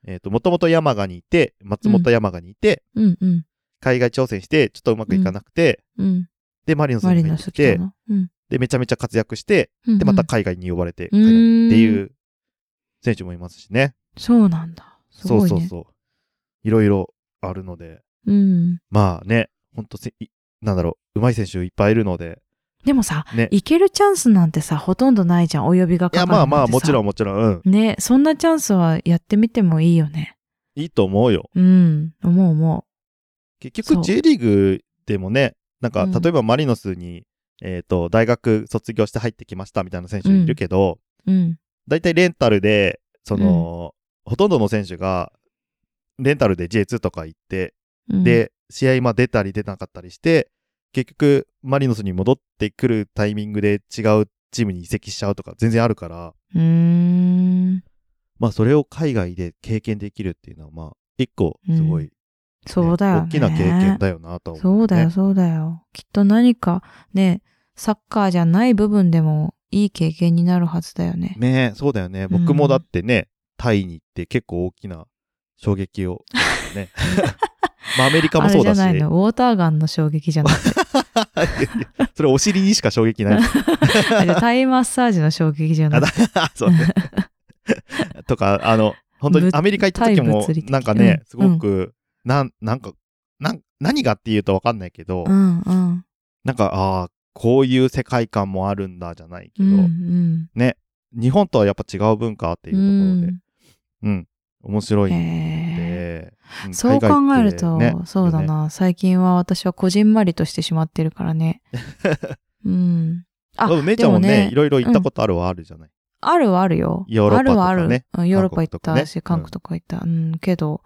Speaker 2: え。
Speaker 1: えっ、と、もともと山賀にいて、松本山賀にいて、
Speaker 2: うん、うん、
Speaker 1: 海外挑戦して、ちょっとうまくいかなくて、
Speaker 2: うん。
Speaker 1: で、マリノス
Speaker 2: マ
Speaker 1: に
Speaker 2: リ
Speaker 1: 入っ
Speaker 2: ノ
Speaker 1: て
Speaker 2: ス
Speaker 1: き
Speaker 2: 来
Speaker 1: て
Speaker 2: た、の。うん。
Speaker 1: で、めちゃめちゃ活躍して、
Speaker 2: うん
Speaker 1: で、また
Speaker 2: うん
Speaker 1: 海外に呼ばれて、
Speaker 2: う
Speaker 1: 海外に
Speaker 2: ーん
Speaker 1: っていう選手もいますしね。
Speaker 2: そうなんだ。す
Speaker 1: そ
Speaker 2: ご
Speaker 1: う
Speaker 2: い
Speaker 1: そう
Speaker 2: ね。
Speaker 1: そう。いろいろあるので、
Speaker 2: うん。
Speaker 1: まあね、ほんとせ、いなんだろう、うまい選手いっぱいいるので、
Speaker 2: でもさ、
Speaker 1: ね。い
Speaker 2: 行けるチャンスなんてさ、ほとんどないじゃん、お呼びがかか
Speaker 1: や、
Speaker 2: るなんてさ。
Speaker 1: まあまあ、もちろんもちろん、うん。
Speaker 2: ん。ね、そんなチャンスはやってみてもいいよね。
Speaker 1: いいと思うよ。
Speaker 2: うん、思う思
Speaker 1: 結
Speaker 2: そ
Speaker 1: 局、
Speaker 2: う
Speaker 1: J リーグでもね、なんか、
Speaker 2: うん
Speaker 1: 例えばマリノスに、えっ、と、大学卒業して入ってきましたみたいな選手いるけど、
Speaker 2: う。うん。
Speaker 1: 大体レンタルで、その、ほとんどの選手が、レンタルで J2 とか行って、
Speaker 2: うん、
Speaker 1: で、試合まあ出たり出なかったりして、結局、マリノスに戻ってくるタイミングで違うチームに移籍しちゃうとか全然あるから、
Speaker 2: うーん、
Speaker 1: まあそれを海外で経験できるっていうのは、まあ、一個、すごい、ね
Speaker 2: そうだよね。
Speaker 1: 大きな経験だよなとは思
Speaker 2: そうだよ、
Speaker 1: ね。
Speaker 2: そうだよ。きっと何か、ね、サッカーじゃない部分でもいい経験になるはずだよね。
Speaker 1: ねえそうだよね。僕もだってね、タイに行って結構大きな衝撃を、
Speaker 2: [LAUGHS]
Speaker 1: ね。まあアメリカ
Speaker 2: あ
Speaker 1: も
Speaker 2: れ
Speaker 1: そう
Speaker 2: じゃ
Speaker 1: だし。
Speaker 2: ないの、ウォーターガンの衝
Speaker 1: [LAUGHS]
Speaker 2: 撃じゃなくて、
Speaker 1: それお尻にしか衝撃ない。
Speaker 2: [LAUGHS] あれタイマッサージの衝撃じゃな
Speaker 1: あ
Speaker 2: く
Speaker 1: だ [LAUGHS]
Speaker 2: て。
Speaker 1: そうね。とか、あの、本当に
Speaker 2: ぶ
Speaker 1: アメリカ行った時
Speaker 2: 対
Speaker 1: も
Speaker 2: 物理、的
Speaker 1: なんかね
Speaker 2: う、ん
Speaker 1: すごく、なん、なんか、なん、何がっていうとわかんないけど、
Speaker 2: うん、うん、
Speaker 1: なんか、ああ、こういう世界観もあるんだじゃないけ
Speaker 2: う
Speaker 1: ど、
Speaker 2: ん、うん。
Speaker 1: 日本とはやっぱ違う文化っていうところで、うん、面白い
Speaker 2: うんんへー
Speaker 1: で、ん
Speaker 2: そう
Speaker 1: 海
Speaker 2: 考
Speaker 1: 外
Speaker 2: え
Speaker 1: っ
Speaker 2: る
Speaker 1: て
Speaker 2: と、
Speaker 1: ね
Speaker 2: そうだ
Speaker 1: いいよね
Speaker 2: な、最近は私はこじんまりとしてしまってるか
Speaker 1: [LAUGHS]
Speaker 2: らね。うん。あ
Speaker 1: でも姉ちゃんも
Speaker 2: でも
Speaker 1: ね、
Speaker 2: ね
Speaker 1: いろいろ行ったことあるはあるじゃない。
Speaker 2: あるはあるよ。
Speaker 1: ヨーロッパとかね
Speaker 2: あるはある。うんヨーロッパ行ったし、
Speaker 1: 韓
Speaker 2: 韓
Speaker 1: 国
Speaker 2: 国とか行った。うん、けど、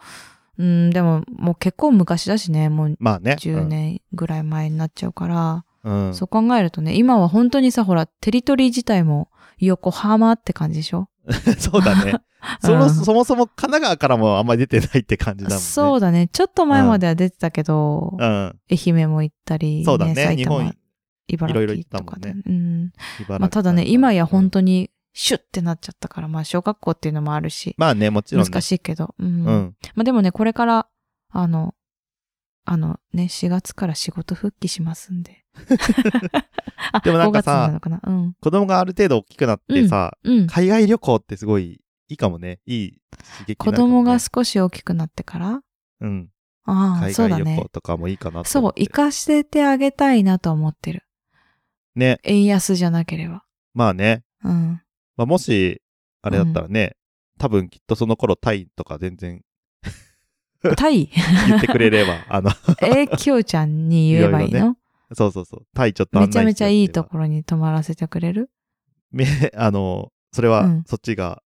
Speaker 2: うん、でももう結構昔だしね、もう
Speaker 1: まあね。
Speaker 2: 10年ぐらい前になっちゃうから、
Speaker 1: うん。うん
Speaker 2: そう考えるとね、今は本当にさ、ほら、テリトリー自体も横浜って感じでしょ
Speaker 1: [LAUGHS] そうだ
Speaker 2: [LAUGHS]
Speaker 1: ね。そのそもそも神奈川からもあんまり出てないって感じだもんね。
Speaker 2: そうだね。ちょっと前までは出てたけど、
Speaker 1: うん。
Speaker 2: 愛媛も行ったり、
Speaker 1: そうだね。
Speaker 2: 埼
Speaker 1: 日
Speaker 2: 玉
Speaker 1: 本、
Speaker 2: 茨
Speaker 1: いろいろ行
Speaker 2: 城
Speaker 1: った
Speaker 2: と
Speaker 1: も
Speaker 2: か
Speaker 1: ん
Speaker 2: で。
Speaker 1: ね
Speaker 2: うん。
Speaker 1: 茨
Speaker 2: まあ、ただね、
Speaker 1: 城
Speaker 2: 今や本
Speaker 1: に。
Speaker 2: 当にシュッてなっちゃったから、まあ、小学校っていうのもあるし、
Speaker 1: まあね、もちろん、ね。
Speaker 2: 難しいけど。うん。
Speaker 1: うん。
Speaker 2: まあ、でもね、これから、あの、あのね、4月から仕事復帰します
Speaker 1: [LAUGHS]
Speaker 2: んで。あ、
Speaker 1: でもなんかさ
Speaker 2: 5月なのかなうん。
Speaker 1: 子供がある程度大きくなってさ、
Speaker 2: うん。
Speaker 1: 海外旅行ってすごいいいかもね。いい刺激にな
Speaker 2: 子
Speaker 1: るかも
Speaker 2: 供
Speaker 1: ね
Speaker 2: が少し大きくなってから
Speaker 1: うん。
Speaker 2: ああ、
Speaker 1: 海
Speaker 2: そうだ
Speaker 1: 外旅
Speaker 2: ね
Speaker 1: 行。とかもいいかなと
Speaker 2: そ
Speaker 1: 思っ
Speaker 2: う、
Speaker 1: て
Speaker 2: 行かせてあげたいなと思ってる。
Speaker 1: ね。
Speaker 2: 円安じゃなければ。
Speaker 1: まあね。 [LAUGHS]
Speaker 2: うん。
Speaker 1: まあ、もし、あれだったらね、多分きっとその頃タイとか全然
Speaker 2: タイ [LAUGHS]
Speaker 1: 言ってくれれば、あの、
Speaker 2: え、きょうちゃんに言えばいい
Speaker 1: いろいろ
Speaker 2: の
Speaker 1: そうそうそう。タイちょっと案
Speaker 2: [LAUGHS] め
Speaker 1: 内
Speaker 2: ちゃめちゃいいと
Speaker 1: ろ。
Speaker 2: ころに泊まらせてくれる
Speaker 1: め、 [LAUGHS] あの、それは
Speaker 2: うん、
Speaker 1: そっちが、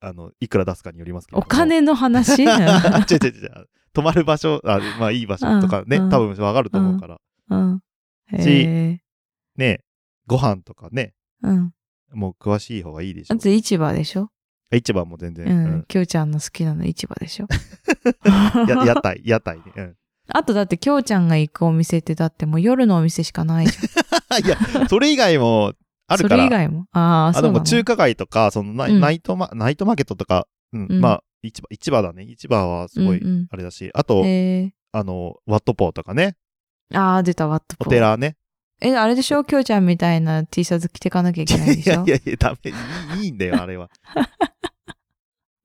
Speaker 1: あの、いくら出すかによりますけど
Speaker 2: お
Speaker 1: も。
Speaker 2: 金
Speaker 1: [LAUGHS]
Speaker 2: の話
Speaker 1: 違う違う違う。泊まる場所、あまあいい場所とかね、
Speaker 2: うんうん
Speaker 1: 多分わかると思うから。
Speaker 2: うん。へえ。
Speaker 1: ね、ご飯とかね、
Speaker 2: うん。
Speaker 1: もう詳しい方がいいでしょ
Speaker 2: あ。と市場でしょ
Speaker 1: 市場も全然。
Speaker 2: う
Speaker 1: うん
Speaker 2: ん。きょうちゃんの好きなの市場
Speaker 1: [LAUGHS]
Speaker 2: でしょ
Speaker 1: や屋台、屋台ね。
Speaker 2: [LAUGHS]
Speaker 1: うん。
Speaker 2: あとだってきょうちゃんが行くお店ってだってもう夜のお店しかないじゃん。
Speaker 1: いや、それ以外もあるか
Speaker 2: それ以
Speaker 1: ら。
Speaker 2: 外も。ああ、
Speaker 1: あ、
Speaker 2: そう
Speaker 1: で
Speaker 2: なの
Speaker 1: も中華街とか、そのナイ,、
Speaker 2: うん
Speaker 1: ナイトマ、ナイトマーケットとか、うん、
Speaker 2: うん
Speaker 1: まあ、市場、市場だね。市場はすごい
Speaker 2: うんうん、
Speaker 1: あれだし、あと、
Speaker 2: へ
Speaker 1: あの、ワットポーとかね、
Speaker 2: え。ああ、出た、ワットポ
Speaker 1: お
Speaker 2: ー。
Speaker 1: 寺ね。
Speaker 2: え、あれでしょきょうちゃんみたいな T シャツ着てかなきゃい
Speaker 1: い
Speaker 2: け
Speaker 1: や
Speaker 2: ない
Speaker 1: [LAUGHS]
Speaker 2: で
Speaker 1: い
Speaker 2: し
Speaker 1: や
Speaker 2: ょ
Speaker 1: いやいや、ダメ、いいいいんだよ、あれは。 [LAUGHS]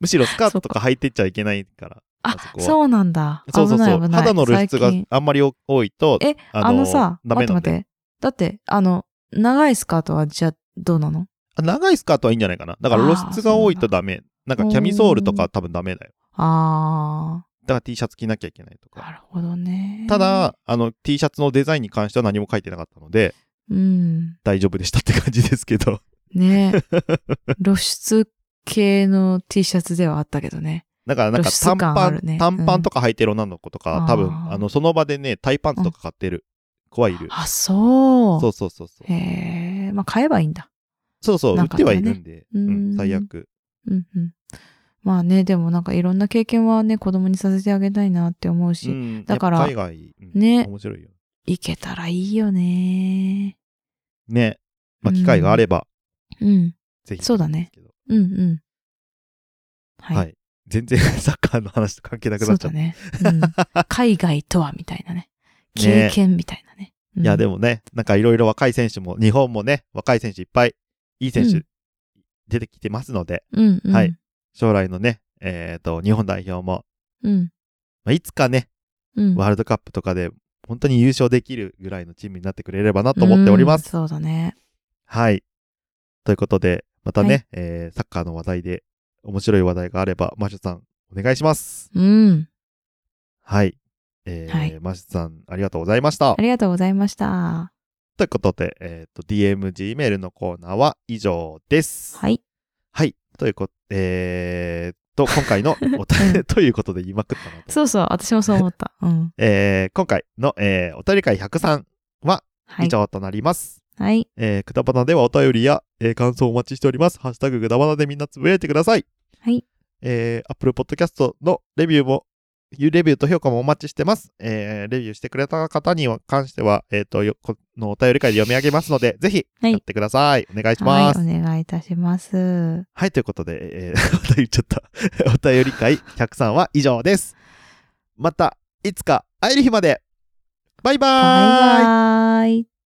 Speaker 1: むしろスカートとか履いてっちゃいけないから。
Speaker 2: あ
Speaker 1: あそこ、は
Speaker 2: そうなんだ。
Speaker 1: そうそうそ
Speaker 2: 危
Speaker 1: う。
Speaker 2: ない危ない
Speaker 1: 肌の露出が
Speaker 2: 最近
Speaker 1: あんまりお多いと、
Speaker 2: え、
Speaker 1: あの
Speaker 2: あのさ、
Speaker 1: ダ
Speaker 2: 待
Speaker 1: メ
Speaker 2: っ
Speaker 1: なん
Speaker 2: て待
Speaker 1: で
Speaker 2: って。だって、あの、長いスカートはじゃあどうなの
Speaker 1: あ長いスカートはいいんじゃないかな。だから
Speaker 2: あー
Speaker 1: 露出が多いとダメ。なんかキャミソールとか多分ダメだよ。
Speaker 2: あ
Speaker 1: だから T シャツ着なきゃいけないと
Speaker 2: あ、な
Speaker 1: か。
Speaker 2: るほどね。
Speaker 1: た、だ、あの T シャツのデザインに関しては何も書いてなかったので、
Speaker 2: うん。
Speaker 1: 大丈夫でしたって感じですけど。 [LAUGHS]
Speaker 2: ね露出系の T シャツではあったけどね。
Speaker 1: だからなんか
Speaker 2: 露出
Speaker 1: 短
Speaker 2: 感
Speaker 1: パ
Speaker 2: あ
Speaker 1: ン、
Speaker 2: るね
Speaker 1: 短パンとか履いてる女の子とか、
Speaker 2: うん
Speaker 1: 多分、
Speaker 2: あー
Speaker 1: あの、その場でね、タイパンツとか買ってる子はいる。
Speaker 2: あ、そう。
Speaker 1: そうそうそうそう。
Speaker 2: へえ、まあ買えばいいんだ。
Speaker 1: そうそう、売
Speaker 2: な
Speaker 1: っ
Speaker 2: んか
Speaker 1: てはいるんで、
Speaker 2: ね
Speaker 1: うん
Speaker 2: うん
Speaker 1: 最悪。
Speaker 2: うんうん。まあね、でもなんかいろんな経験はね、子供にさせてあげたいなって思うし、
Speaker 1: うん
Speaker 2: だから
Speaker 1: やっぱ海外、うん
Speaker 2: ね
Speaker 1: 面白いよ。
Speaker 2: 行けたらいいよね。
Speaker 1: ね。まあ、
Speaker 2: うん
Speaker 1: 機会があれば、
Speaker 2: うん。
Speaker 1: ぜひ。
Speaker 2: そうだね。うんうん。はい。
Speaker 1: はい。全然 [LAUGHS] サッカーの話と関係なく
Speaker 2: そ
Speaker 1: なっ
Speaker 2: う
Speaker 1: ちゃ
Speaker 2: だ
Speaker 1: った。
Speaker 2: ね、うん。
Speaker 1: [LAUGHS]
Speaker 2: 海外とはみたいな
Speaker 1: ね
Speaker 2: ね。経験みたいなね。
Speaker 1: いや、で
Speaker 2: も。
Speaker 1: もね、なんかいろいろ若い選手も、日本もね、若い選手いっぱい、いい選
Speaker 2: う
Speaker 1: 手
Speaker 2: ん
Speaker 1: 出てきてますので、
Speaker 2: うん、うん。
Speaker 1: はい。将来のね、えっと、日本代表も、
Speaker 2: うん。
Speaker 1: まあいつかね、
Speaker 2: うん。
Speaker 1: ワールドカップとかで、本当に優勝できるぐらいのチームになってくれればなと思っております。
Speaker 2: うんそうだね。
Speaker 1: はい。ということで、またね、
Speaker 2: はい
Speaker 1: えーサッカーの話題で面白い話題があれば、マシュさん、お願いします。
Speaker 2: うん。
Speaker 1: はい。えー
Speaker 2: はい
Speaker 1: マシュさん、ありがとうございました
Speaker 2: あ。りがとうございました。
Speaker 1: ということで、えっ、と、DMG メールのコーナーは以上です。はい。
Speaker 2: はい。
Speaker 1: ということ、えーっと、今回
Speaker 2: [LAUGHS]
Speaker 1: のお便
Speaker 2: う
Speaker 1: り、ということで言いまくったなと。
Speaker 2: そうそう、私もそう思った。うん。
Speaker 1: えー今回の、えーお便り会103は
Speaker 2: は
Speaker 1: 以
Speaker 2: い。
Speaker 1: 上となります。
Speaker 2: はい。
Speaker 1: えー、くだばなではお便りや、えー感想をお待ちしております。ハッシュタグくだばなでみんなつぶやいてください。
Speaker 2: はい。
Speaker 1: えー、Apple Podcast のレビューも、レビューと評価もお待ちしてます。えー、レビューしてくれた方に関しては、えっ、と、よこのお便り会で読み上げますので、ぜひ、
Speaker 2: はい
Speaker 1: やってください。お願いし
Speaker 2: は
Speaker 1: ま
Speaker 2: い。
Speaker 1: す。はい、
Speaker 2: お願いいたします。
Speaker 1: ということで、えー、 [LAUGHS] また言っちゃった。お便り会103は以上です。また、いつか会える日まで。バイバ
Speaker 2: バ
Speaker 1: ーイ
Speaker 2: イバイ。